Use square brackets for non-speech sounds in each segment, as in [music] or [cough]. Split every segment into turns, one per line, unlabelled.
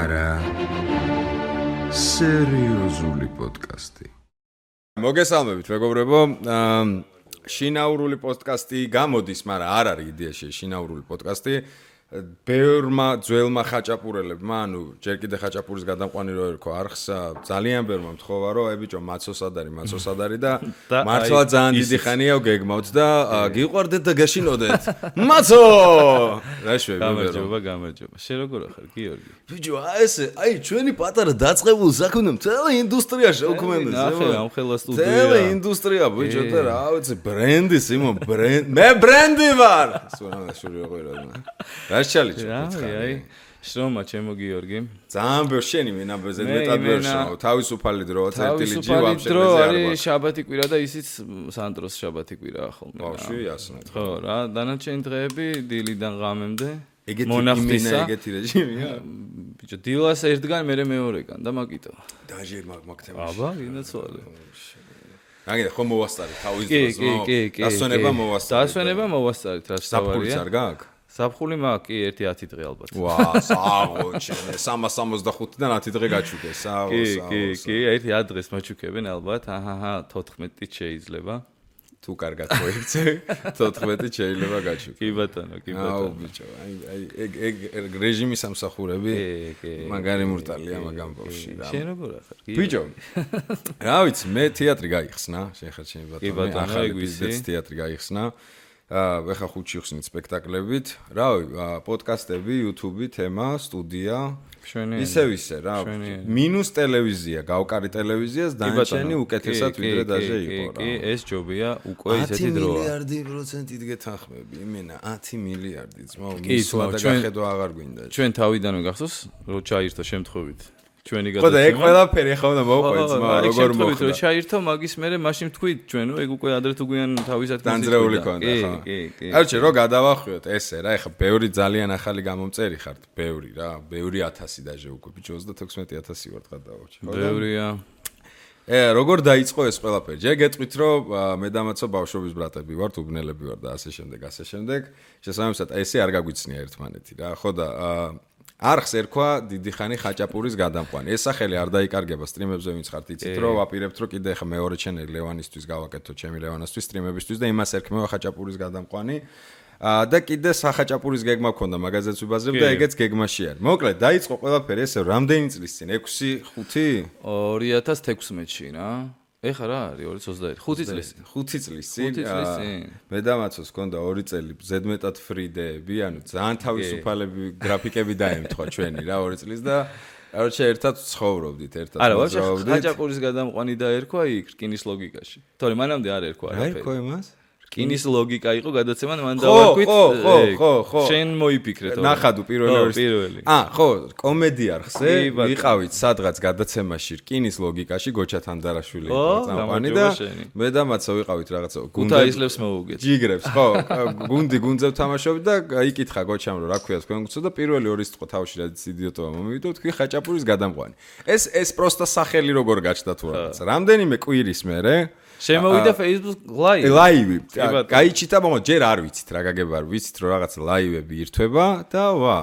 არა სერიოზული პოდკასტი
მოგესალმებით მეგობრებო. ამ, შინაურული პოდკასტი გამოდის, მაგრამ არ არის იდეაში შინაურული პოდკასტი. ბევრმა ძველმა ხაჭაპურელებმა, ანუ ჯერ კიდე ხაჭაპურის გადამყვანი რო ერქვა არხსა, ძალიან ბევრმა მთხოვა რომ ე ბიჭო მაცოს ადარი, მაცოს ადარი და
და
მართლა
აი,
ძალიან დიდი
ისიც.
ხანიაო გეგმავთ და ა, გიყვარდეთ და
[laughs]
გაშინოდეთ. მაცო! რა შვები ბერო.
გამარჯობა, გამარჯობა. შე როგორ ხარ, გიორგი?
ბიჭო, აი ესე, აი ჩვენი პატარა დაწყებულ საქონლო მთელი ინდუსტრიაში ოქმენდეს.
ნახე,
ემო.
ამხელა სტუდია.
მთელი ინდუსტრია ბიჭო და რა ვიცი, ბრენდი სიმო, ბრენდ. მე ბრენდი ვარ. სულამაშური ვიყირო. რა შალიჩო
რავი,
გითხარი.
აი, შრომა ჩემო გიორგი.
ძალიან ბევრი შენი მენაბეზე
მე
მეტად ვერ
იმენა-
შავ. თავისუფალი დრო, წერტილი ჯი
თავისუფალი
ვაფშე
დრო
მეზე არ
არის
გვაქვს.
შაბათი კვირა და ისიც მ, სანდროს შაბათი კვირაა ხოლმე. რა.
ბავშვი ასნად.
ხო, რა, დანარჩენი დღეები დილიდან ღამემდე.
ეგეთი იმენა,
მონახტისა.
ეგეთი რეჟიმია.
ბიჭო, დილას ერთგან, მერე მეორეგან და მაგიტო.
დაჟე მაგ მაგთემაში.
აბა, ინაცვალე.
აგე ხო მოვასწარი თავის
კი,
დროს,
კი,
ნო?
კი, კი.
დასვენება
კი.
მოვასწარი.
დასვენება მოვასწარით, რა
საფულის
სწორია.
არ გაქვს?
საფხული მაქვს, კი, 1-10 დღე ალბათ.
ვა, საღოჩე, 365-დან 10 დღე გაჩუქე, საღო,
კი,
საღო.
კი, კი, ერთი ადრეს მაჩუქებენ ალბათ. აჰაჰა, 14-ით შეიძლება.
თუ კარგად
[laughs]
მოიქცე, 14 შეიძლება გაჩუქე.
კი ბატონო, კი
აუ
ბატონო.
ბიჭო, აი აი ეგ ეგ ეგ რეჟიმის ამსახურები
კი, კი.
მაგარი მურტალია მაგამ პოვში რა.
შენ როგორ ხარ? კი. [laughs]
ბიჭო, რა ვიცი, მე თეატრი გაიხსნა, შეხა შენ ბატონო.
კი, ბატონო,
ახალი
ეგ ვიცი.
ბიზნეს თეატრი გაიხსნა. აა, ეხა ხუთში ხსნით სპექტაკლებით. რა ვიცი, აა, პოდკასტები, YouTube-ი, თემა, სტუდია.
შვენი.
ისევ ისე რა.
ჩვენი-
მინუს ტელევიზია, გავკარი ტელევიზიას,
კი,
დანარჩენი
ბატონო,
უკეთესად
კი,
ვიდრე
კი,
დაჟე
კი,
იყო რა.
კი, ეს ჯობია, უკვე ისეთი
10
დროა.
მილიარდი პროცენტით გეთანხმები, იმენა 10 მილიარდი ძმაო,
კი,
მისვლა
ძმაო,
და
ჩვენ-
გახედვა აღარ გვინდა.
ჩვენ თავიდანვე გახსოვს, რომ ჩაირთო შემთხვევით. ჩვენი
ხოდა ეგ
გადაცემა.
ყველაფერი ახლა უნდა მოვყვეთ
ხო,
ძმაო,
აი,
როგორ
შემთხვევით,
მოხდა.
რომ ჩაირთო მაგის მერე მაშინ თქვით ჩვენო, ეგ უკვე ადრე თუ გვიან თავისად გიზით
დანძრეული
თქვიდა.
კონდა ხო.
კი, კი, კი.
არჩე რომ გადავახიოთ ესე რა, ეხა ბევრი ძალიან ახალი გამომწერი ხართ, ბევრი რა, ბევრი 1000 დაჟე უკვე, ბიჭო 36000 ვართ გადავარჩი. ხო და?
ბევრია.
ე როგორ დაიწყო ეს ყველაფერი? ჯერ გეტყვით რომ ა, მე დამაცო ბავშვობის ბრატები ვართ, უბნელები ვარ და ასე შემდეგ, ასე შემდეგ. შესაბამისად, ესე არ გაგვიცნია ერთმანეთი რა. ხო და ა, არხს ერქვა დიდი ხანი ხაჭაპურის გადამყვანი. ეს სახელი არ დაიკარგება სტრიმებზე, ვინც ხართ იცით რომ ვაპირებთ რომ კიდე ხა მეორე ჩენელი ლევანისთვის გავაკეთო, ჩემი ლევანისთვის სტრიმებისთვის და იმას ერქმევა ხაჭაპურის გადამყვანი. ა, და კიდე სახაჭაპურის გეგმა მქონდა, მაგაზეც ვიბაზრებ და
კი.
ეგეც გეგმაში არის. მოკლედ, დაიწყო ყველაფერი ესე რამდენი წლის წინ? 6, 5
2016-ში რა. ეხა რა არის 2021? 5 წლის.
5 წლის წინ
5 წლის
აა,
წინ.
მე დამაცოს ჰქონდა 2 წელი ზედმეტად ფრიდეები, ანუ ძალიან თავისუფალები გრაფიკები დაემთხვა ჩვენი რა 2 წლის და რაღაცა ერთად ცხოვრობდით, ერთად
არა, ვაჭა
მოძრაობდით.
ხაჭაპურის გადამყვანი დაერქვა იქ რკინის ლოგიკაში. თორე მანამდე არ ერქვა
რა
არაფერი.
ერქვა იმას?
რკინის ლოგიკა იყო გადაცემა, მან
ხო,
დავარქვით.
ხო, ხო,
ეგ,
ხო, ხო.
შენ მოიფიქრე თორე.
ნახადუ პირველი
ხო,
ორი-
პირველი.
ა ხო კომედია ხსე
კი, ბატონო.
ვიყავით სადღაც გადაცემაში რკინის ლოგიკაში გოჩათან დარაშვილი
ო,
იყო წამყვანი და
გამარჯობა შენი.
მე დამაცო ვიყავით რაღაცა
ქუთაისლებს მოუგეთ.
ჯიგრებს ხო გუნდი გუნძევ თამაშობ და იკითხა გოჩამ რომ რა ქვია თქვენ გუნდსო და პირველი ორი სიტყვა თავში რაც იდიოტობა მომივიდა თქვი ხაჭაპურის გადამყვანი ეს ეს პროსტა სახელი როგორ გაჩნდა თუ რაღაც რამდენიმე კვირის მერე
შემოვიდა Facebook Live.
ლაივი
კი, ბატონო.
გაიჩიტა მაგრამ ჯერ არ ვიცით რა გაგება არ ვიცით რომ რაღაც ლაივები ირთვება და ვა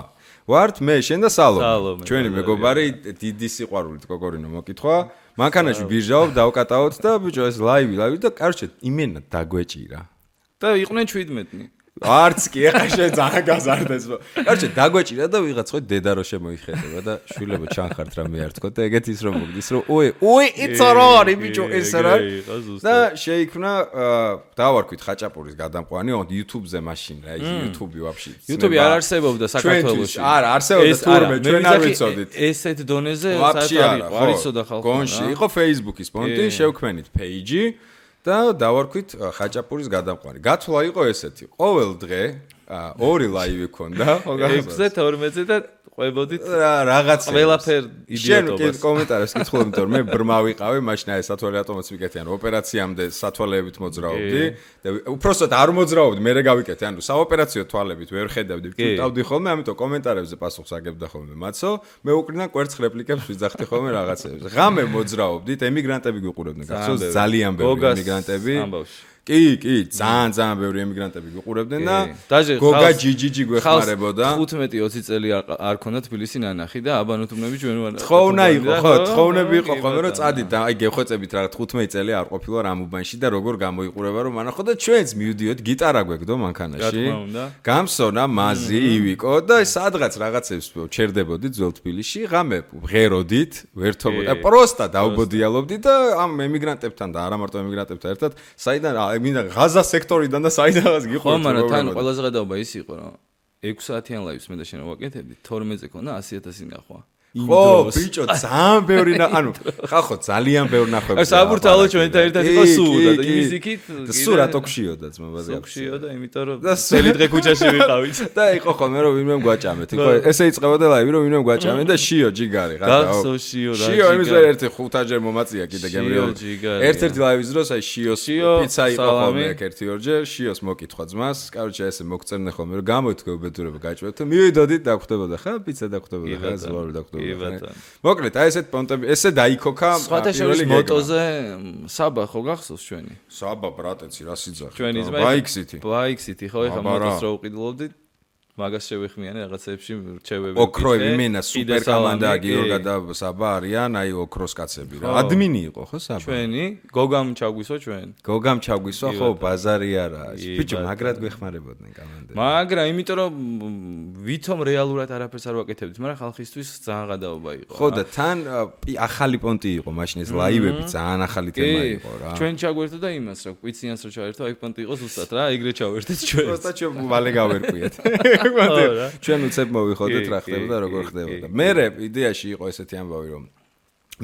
ვართ მე შენ და სალომე
სალომე,
ჩვენი
ბატონო,
მეგობარი დიდი სიყვარულით გოგორინო მოკითხვა მანქანაში ვირჟავ დავკატავთ და ბიჭო ეს ლაივი ლაივი და კარჩეთ იმენა დაგვეჭირა
და იყვნენ 17-ნი.
არც კი ახლა შენ ძალიან გაზარდეს. კარჩე დაგვეჭირა და ვიღაც ხო დედა რო შემოიხედება და შვილებო ჩანხართ რა მე არ თქო და ეგეთ ის რომ მოგდის რომ ოე ოე იცო რა არის ბიჭო ეს რა
ეგ, რა ზუსტად.
და შეიქმნა აა, დავარქვით ხაჭაპურის გადამყვანი ოღონდ YouTube-ზე მაშინ რა ის YouTube-ი ვაფშე
YouTube არ არსებობდა
ჩვენთვის
საქართველოში.
არ არსებობდა
ეს თურმე,
არა, ჩვენ
მე
არ
ვიძახი,
ვიცოდით.
ე- ესეთ დონეზე საერთოდ
ვაფშე
არ
არა,
იყო,
ხო.
არ იცოდა ხალხი. რა.
გონში იყო Facebook-ის ფონტი,
კი.
შევქმნით page-ი და დავარქვით ა, ხაჭაპურის გადამყვანი. გათვლა იყო ესეთი. ყოველ დღე ა, ორი ლაივი ქონდა, ხო
6-ზე 12-ზე და ყვებოდით
რა რაღაცა
ყველაფერ
შენ კი
იდიოტობას.
კომენტარებს კითხულობ, იმიტომ რომ მე ბრმა ვიყავი, მაშინ აი სათვალე ატომაც ვიკეთე, ანუ ოპერაციამდე სათვალეებით მოძრაობდი და ვი- უпросტოდ არ მოძრაობდი, მერე გავიკეთე, ანუ საოპერაციო თვალებით ვერ ხედავდი,
კი.
ვიტავდი ხოლმე, ამიტომ კომენტარებზე პასუხს აგებდა ხოლმე მაცო, მე უკრინა კვერცხ რეპლიკებს ვიძახდი ხოლმე რაღაცებს. ღამე მოძრაობდით, ემიგრანტები გიყურებდნენ, გახსოვს ძალიან ბევრი
გოგას
ემიგრანტები.
ამბავში.
კი, კი, ძალიან ძალიან ბევრი ემიგრანტები გიყურებდნენ და
დაჟე
გოგა ჯიჯიჯი გვეხმარებოდა.
15-20 წელი არ- არ ქონდა თბილისი ნანახი და აბანოთუმნები ჩვენ ვარ
თხოვნა იყო, ხო, თხოვნები იყო ხოლმე რომ წადი და აი გეხოცებით რა 15 წელი არ ყოფილა რა მუბანში და როგორ გამოიყურება რომ მანახო და ჩვენც მივდიოდ გიტარა გვეკდო
რა
მანქანაში.
თქმა უნდა.
გამსონა მაზი ივიკო და სადღაც რაღაცებს ჩერდებოდი ძველ თბილისში, ღამე ღეროდით, ვერთობოდა,
კი.
პროსტა დაუბოდიალობდი და ამ ემიგრანტებთან და არა მარტო ემიგრანტებთან ერთად, საიდან აი მინდა ღაზა სექტორიდან და საიდანაც
ხო,
გიყურებდი.
მაგრამ თან
პროგრამა.
ყველაზე გადაობა ის იყო, რომ 6 საათიან ლაივს მე და შენ ვაკეთებდი, 12-ზე ქონა 100.000 ნახვა. იმ
ხო,
დროს.
ბიჭო, ძალიან ბევრი ნა, ანუ ხახო, ძალიან ბევრი ნახვები.
აი, საბურთალო
ლაპარაკი.
ჩვენთან ერთად
კი,
იყო
კი,
სულა და
კი.
იმიზიკით
და
კიდე-
სულ რატო ქშიოდა ძმობაზე?
სოქშიო და იმიტომ რომ
და სულ-
ძელი დღე ქუჩაში
[laughs]
ვიყავით.
და იყო ხოლმე რომ ვინმე მგვაჭამეთ. იყო ესე იწყებოდა ლაივი რომ ვინმე მგვაჭამეთ და შიო ჯიგარი ხარ
და
დაო.
სო შიო რა.
შიო იმის ვერ
ჯიგარი.
ერთი ხუთაჯერ მომაწია კიდე
შიო
გემრიო.
ჯიგარი.
ერთ-ერთი ლაივის დროს აი შიოს
შიო,
პიცა იყო
სალამი.
ხოლმე აქ ერთი ორჯერ, შიოს მოკითხვა ძმას, კაროჩე ესე მოგწერნე ხოლმე რომ გამოითქვა უბედურება გაჭვეთ და მივიდოდით დაგხვდებოდა ხა პიცა
კი,
დაგხვდებოდა ხა
ბატონო,
ზღვარი
კი,
დაგხვდებოდა. ხა.
ბატონო.
მოკლედ აი ესეთ პონტები, ესე დაიქოქა
სხვადასხვა
პირველი გეგმა.
მოტოზე მ, საბა ხო გახსოვს ჩვენი?
საბა ბრატეცი რა სიძახი.
ჩვენი ძმა
ბაიქსიტი.
ბაიქსიტი ხო
აბა,
ეხა
რა.
მოტოს რო უყიდლობდი მაგას შევეხმიანე რაღაცებში ჩევები
ოქროები მენა სუპერ კომანდა გიორგა და საბა არიან აი ოქროს კაცები რა.
ხო.
ადმინი იყო ხო საბა?
ჩვენი გოგამ ჩაგვისო ჩვენ
გოგამ ჩაგვისვა ხო
ბატონო.
ბაზარი არაა. ეს.
კი,
ბიჭო
ბატონო.
მაგრად გვეხმარებოდნენ კამანდები.
მაგრამ იმიტომ რომ მ, ვითომ რეალურად არაფერს არ ვაკეთებდით მაგრამ ხალხისთვის ძალიან გადაობა იყო
ხო და თან ა, პი- ახალი პონტი იყო მაშინ ეს ლაივები ძალიან ახალი
კი
თემა იყო რა.
ჩვენ ჩაგვერთო და იმას რა კვიციანს რო ჩაერთო აი პონტი იყო ზუსტად რა ეგრე
[laughs]
ჩავერთეთ ჩვენ
პროსტა ჩვენ მალე გავერკვიეთ.
რა.
ჩვენ უცებ მოვიხოდეთ
კი,
რა
კი,
ხდებოდა,
კი,
როგორ
კი,
ხდებოდა.
კი.
მერე იდეაში იყო ესეთი ამბავი რომ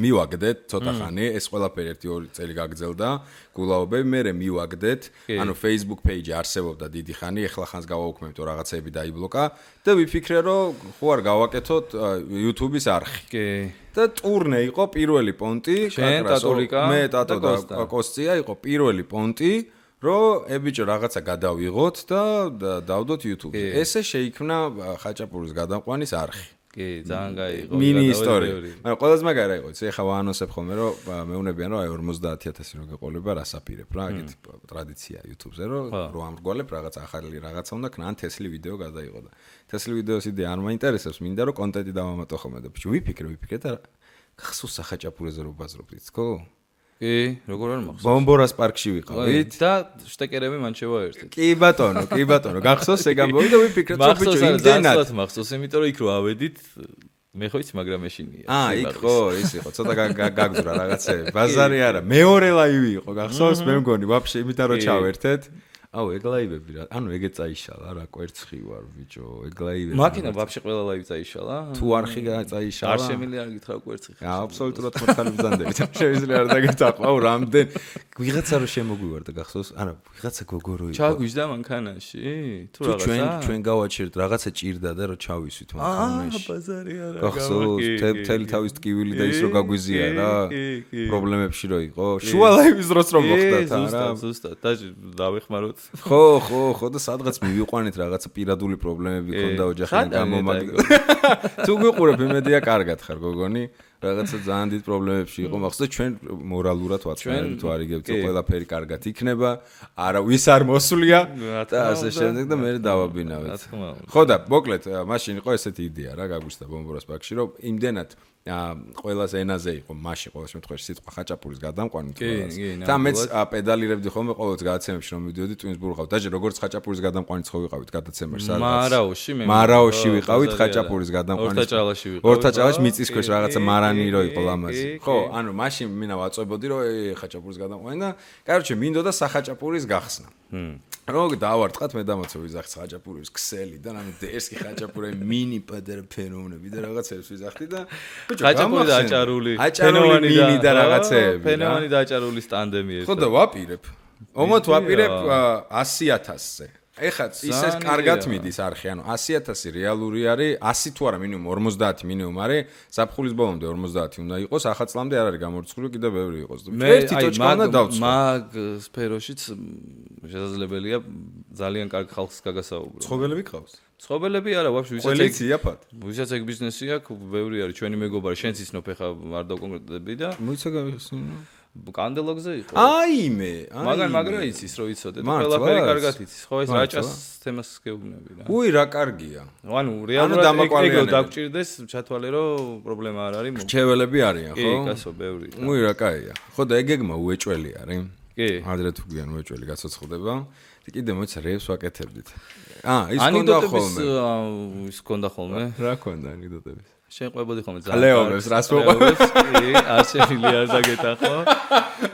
მივაგდეთ ცოტა ხანი, ეს ყველაფერი ერთი ორი წელი გაგრძელდა, გულაობები მერე მივაგდეთ.
კი.
ანუ Facebook page-ი არსებობდა დიდი ხანი, ეხლა ხანს გავაუქმებთ, რომ რაღაცეები დაიბლოკა და ვიფიქრე, რომ ხო არ გავაკეთოთ ა, YouTube-ის არხი.
კი
და ტურნე იყო პირველი პონტი,
შენ,
კაკრას,
ტატულიკა
მე ტატო
და
და
კოსტა.
კოსტია იყო პირველი პონტი, რომ ე ბიჭო რაღაცა გადავიღოთ და და დავდოთ YouTube-ზე.
კი.
ესე შეიქმნა ა, ხაჭაპურის გადამყვანის არხი.
კი ძალიან კაი იყო
მინი
გადავა
ისტორია.
ბევრი.
მაგრამ ყველაზე მაგარი იყო, იცი, ეხა ვაანონსებ ხოლმე, რომ ა, მეუნებიან, რომ აი 50000 რო გეყოლება, რასაპირებ რა, ეგეთი პ- ტრადიცია YouTube-ზე, რომ
ხო.
რომ ამრგვალებ რაღაც ახალი რაღაცა უნდა ქნან თესლი ვიდეო გადაიღო და თესლი ვიდეოს იდეა არ მაინტერესებს, მინდა რომ კონტენტი დავამატო ხოლმე და ბიჭო, ვიფიქრე, ვიფიქრე და ხსუს სახაჭაპურეზე რომ ბაზრობდით, ხო?
კი როგორ არ მახსოვს
ბომბორას პარკში ვიყავით.
და შტეკერები მან შევაერთეთ
კი ბატონო, კი ბატონო, გახსოვს ეგ ამბავი და ვიფიქრე, რომ
მახსოვს
ბიჭო,
არა,
იმდენად
ზუსტად მახსოვს, იმიტომ რომ იქ რო ავედით, მე ხო იცი, მაგრამ მეშინია.
აა, იქ
სიმაღლის.
ხო, ის იყო, ცოტა გა- გა- გაგძვრა რაღაცები. ბაზარი არა, მეორე ლაივი იყო, გახსოვს, მე მგონი, ვაფშე იმიტომ რომ
კი.
ჩავერთეთ. აუ, ეგ ლაივები რა, ანუ ეგეც წაიშალა რა, კვერცხი ვარ ბიჭო, ეგ ლაივები.
მაკინა ვაფშე ყველა ლაივი წაიშალა?
თუ არხი га- წაიშალა.
არ შემიძლია არ გითხრა კვერცხი. ხარ
აა, აბსოლუტურად მოხალი ბზანდებით. შეიძლება არ დაგეთახო, აუ, რამდენ ვიღაცა რო შემოგვივარდა, გახსოვს? არა, ვიღაცა გოგორო
შემიძლია.
იყო.
ჩაგვიჯდა მანქანაში? თუ
თუ
რაღაცა?
ჩვენ ჩვენ გავაჩერთ რაღაცა ჭირდა და რა ჩავისვით
აა,
მანქანაში.
ბაზარი არა. გამო,
გახსოვს
კი,
თე-
კი,
მთელი
კი.
თავის ტკივილი და ის რო
კი,
გაგვიზია რა
კი, კი.
პრობლემებში რო იყო შუა ლაივის დროს რო
კი,
მოხდა თან რა
ზუსტად, ზუსტად. დაჟე დავეხმაროთ.
ხო ხო ხო და სადღაც მივიყვანეთ რაღაცა პირადული პრობლემები ქონდა ოჯახიდან გამომადგა თუ გიყურებ იმედია კარგად ხარ გოგონი რაღაცა ძალიან დიდ პრობლემებში იყო მახსოვს ჩვენ მორალურად ვაწყობთ თუ არიგებთ
კი.
ყველაფერი კარგად იქნება არა ვის არ მოსვლია
რა
და
თქმა
ასე
უნდა.
შემდეგ და მე დავაბინავეთ
რა თქმა უნდა.
ხო და მოკლედ ა, მაშინ იყო ესეთი იდეა რა გაგვიშთა ბომბორას პარკში რომ იმდენად ა ყველას ენაზე იყო მაშინ ყოველ შემთხვევაში სიტყვა ხაჭაპურის გადამყვანი თუ
კი,
რაღაც.
კი,
და მეც
ნამდვილად.
ა, პედალირებდი ხოლმე ყოველთვის გადაცემებში რომ მივდიოდი ტვინსბურგავ და ჯერ როგორც ხაჭაპურის გადამყვანიც ხო ვიყავით გადაცემაში სადღაც
მარაოში მე
მარაოში
მგონი,
ვიყავით
ბაზარი არა.
ხაჭაპურის გადამყვანის
ორთაჭალაში ვიყავით,
ორთაჭალაში
ხო?
მიწისქვეშ
კი,
რაღაცა
კი,
მარანი რო
კი,
იყო
კი,
ლამაზი
კი,
ხო
კი.
ანუ მაშინ მინა ვაწებოდი რომ ე ხაჭაპურის გადამყვანი და კაროჩე მინდოდა სახაჭაპურის გახსნა როგ დავარტყათ მე დამოცე ვიზახ ხაჭაპურების ქსელი და რამე დერსკი ხაჭაპურები მინი პადერ ფენომნები და რაღაცებს ვიზახდი და ბიჭო,
ხაჭაპური და
გამახსენე.
აჭარული.
აჭარული
ფენოვანი
მინი და რაღაცეები რა.
ფენოვანი და აჭარული სტანდემი ეს.
ხო და ვაპირებ. ომოთ
იდეა.
ვაპირებ ა, 100000-ზე. ეხლა ისეს
ძალიან
კარგად
იდეაა.
მიდის არხი, ანუ 100000 რეალური არის, 100 თუ არა მინიმუმ 50 მინიმუმ არის, ზაფხულის ბოლომდე 50 უნდა იყოს, ახალ წლამდე არ არის გამორიცხული, კიდე ბევრი იყოს.
მე
ერთი
აი
ტოჩკა
მაგ
უნდა დავწყო.
მაგ სფეროშიც მ, შესაძლებელია ძალიან კარგ ხალხს გაგასაუბრო.
ცხოველები ყავს.
ცხოველები არა ვაფშე ვისაც
ყველი
ეგ
ციაფად.
ვისაც ეგ ბიზნესი აქვს, ბევრი არის ჩვენი მეგობარი, შენც იცნობ ეხა არ დაკონკრეტები და
მოიცა გავიხსნო.
კანდელოგზე იყო.
აი მე, აი.
მაგრამ
მე.
მაგრამ იცის რომ იცოდე და
მართლაც.
ყველაფერი კარგად იცის. ხო ეს
მართლა.
რაჭას თემას გეუბნები რა.
უი რა კარგია.
ანუ რეალურად ეგ- ეგ რომ
დამაკვალიანებელი.
დაგჭირდეს ჩათვალე რომ პრობლემა არ არის მო.
რჩეველები არიან,
კი,
ხო?
კასო ბევრი. და.
უი რა კაია. ხო და ეგეგმა უეჭველი არის.
კი.
ადრე თუ გვიან უეჭველი გასაცხდება. და კიდე მოიცა რეებს ვაკეთებდით. აა, ის კონდა
ანეკდოტების
ხოლმე.
აა, ის კონდა ხოლმე.
რა კონდა ანეკდოტების?
შეყვებოდი ხოლმე
ლეობებს რას მოყვებ?
ლეობებს, კი, არ შეიძლება არ დაგეთახო.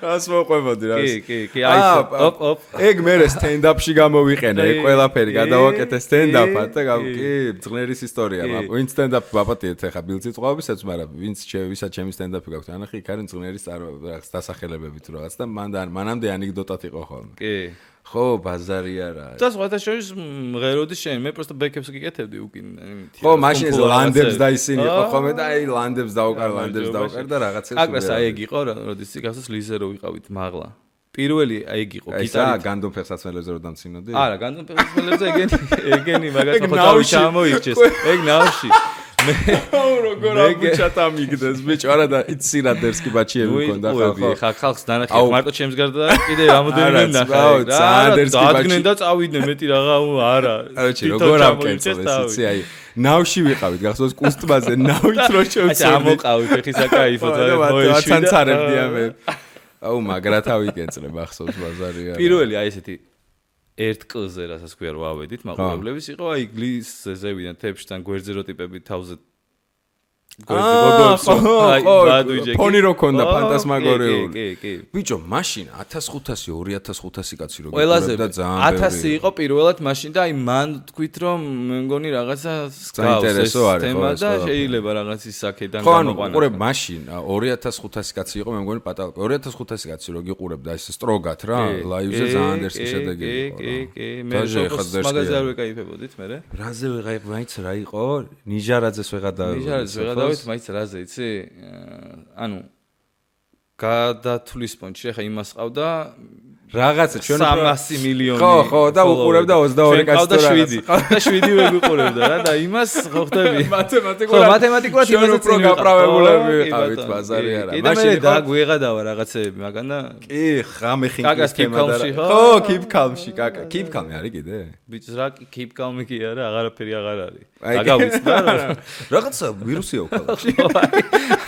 რას მოყვებოდი რას?
კი, კი, კი, აი,
აა,
ოპ, ოპ.
ეგ მე სტენდაპში გამოვიყენე, ეგ
კი,
ყველაფერი
კი,
გადავაკეთე სტენდაპად და გამ-
კი.
კი, ძღნერის ისტორია,
კი.
ბაბა. ვინც სტენდაპ ბაპატიეთ ახლა ბილწიწყვაობისაც, მაგრამ ვინც ჩე- ვისაც ჩემი სტენდაპი გაქვთ, ანახი იქ არის ძღნერის წარო- რაღაც დასახელებებით თუ რაღაც და მან მანამდე ანეკდოტად იყო ხოლმე.
კი.
ხო, ბაზარი არა.
და სხვათა შორის მ, ღეროდი შენ, მე პროსტო ბექებს გიკეთებდი უკინ იმითი.
ხო,
რა,
მაშინ ეს
კონკურსზე.
ლანდებს და ისინი იყო
აა,
ხოლმე და აი ლანდებს დავუკარ,
რა,
ლანდებს
ნაჯობაში.
დავუკარ და რაღაცებს.
აკრას აი ეგ იყო რა, როდის ციგასოს ლიზე რო ვიყავით მაგლა. პირველი აი ეგ იყო
ისა
გიტარი.
განდოფეხსაცმელებზე რომ დამცინოდი?
არა, განტომპერსმელებზე
[laughs]
ეგენი ეგენი მაგათ
ეგ
ხო თავი
ნავში. [laughs]
ჩამოირჩეს. ეგ ნავში.
როგორ
მე გე-
აბუჩათ ამიგდეს ბიჭო არა და იცი რა დებს კი ბაჩიები მქონდა
უიყურები
ხალხო
ხა ხალხს დანახი
აუ.
მარტო ჩემს გარდა კიდე რამოდენიმე
არაც,
ნახე
ბრავო, ძალიან დერსკი ბაჩი.
დადგნენ და წავიდნენ მეტი რაღაცა არა
არაჩი
თვითონ
როგორ
ჩამოირჩეს
ამკეთდეს
თავი.
იცი აი ნავში ვიყავით გახსოვს კუსტბაზე ნავით
[laughs]
რო
ასე
შევცვით
ამოყავი ფეხი
[laughs]
საკაიფო ძალიან მოიშვი და-
აცანცარებდი ამე აუ მაგრა თავი კენწლება ხსოვს ბაზარი არა
პირველი აი ესეთი ერთ კლზე რასაც ქვია რო ავედით მაყურებლების იყო აი გლისზე ზევიდან თეფშთან გვერდზე რო ტიპები თავზე გვერდზე
აა,
გოგოებს რო-
ხო,
აი,
ხო,
ბადუჯეკი.
ფონი რო ქონდა,
ო, კი,
ფანტასმაგორიული.
კი კი კი
ბიჭო მაშინ 1500 2500 კაცი რო
ყველაზე
გიყურებდა, ძალიან
1000
ბევრი.
იყო პირველად მაშინ და აი მან თქვით რომ მე მგონი რაღაცა
საინტერესო არის,
თემა
ხო, ეს
და
ყველაფერი.
შეიძლება რაღაც ის აქედან
ხო ანუ
გამოყვანა.
ყურებ მაშინ ა, 2500 კაცი იყო მე მგონი პატარა 2500 კაცი რო გიყურებდა ეს სტროგად რა
კი,
ლაივზე
კი,
ძალიან დერსკი
კი,
შედეგი
კი,
იყო
კი,
რა.
კი, მე
დაჟე
როგორც
ხა დერსკი
მაგაზე
არა.
არ ვეკაიფებოდით მე.
რაზე ვეღარ მაიც რა იყო? ნიჟარაძეს ვეღარ და
ნიჟარას ვეღადავით, მაიც რაზე იცი? აა, ანუ გადათვლის პონჩი ახლა იმას ყავდა
რაღაცა ჩვენ [laughs]
[laughs] 300 მილიონი.
ხო, ხო, და
follower.
უყურებდა 22
ჩვენ ყავდა
კაცს თუ
7 და 7 ვეგუყურებდა რა და
[laughs]
იმას ხო ხდები?
მათემატიკურად
ხო, მათემატიკურად
ჩვენ
იმასაც
უფრო
წინ ვიყავთ.
გაправებულები
ო, კი,
ვიყავით,
ბატონო,
ბაზარი
კი,
არა.
კი, და
მაშინ
მე
იყო-
და გვეღადავა რაღაცები, მაგან და
კი, ღამე
კაკას
ხინკის თემა და
ქიფქალში,
რა-
ხო?
ხო, ქიფქალში, კაკა. ქიფქალი არის კიდე?
ბიჭს რა ქიპკალმი კი არა, აღარაფერი აღარ არის.
აი,
დაგავიცდა რა.
რაღაცა ვირუსია უკალაში. [laughs]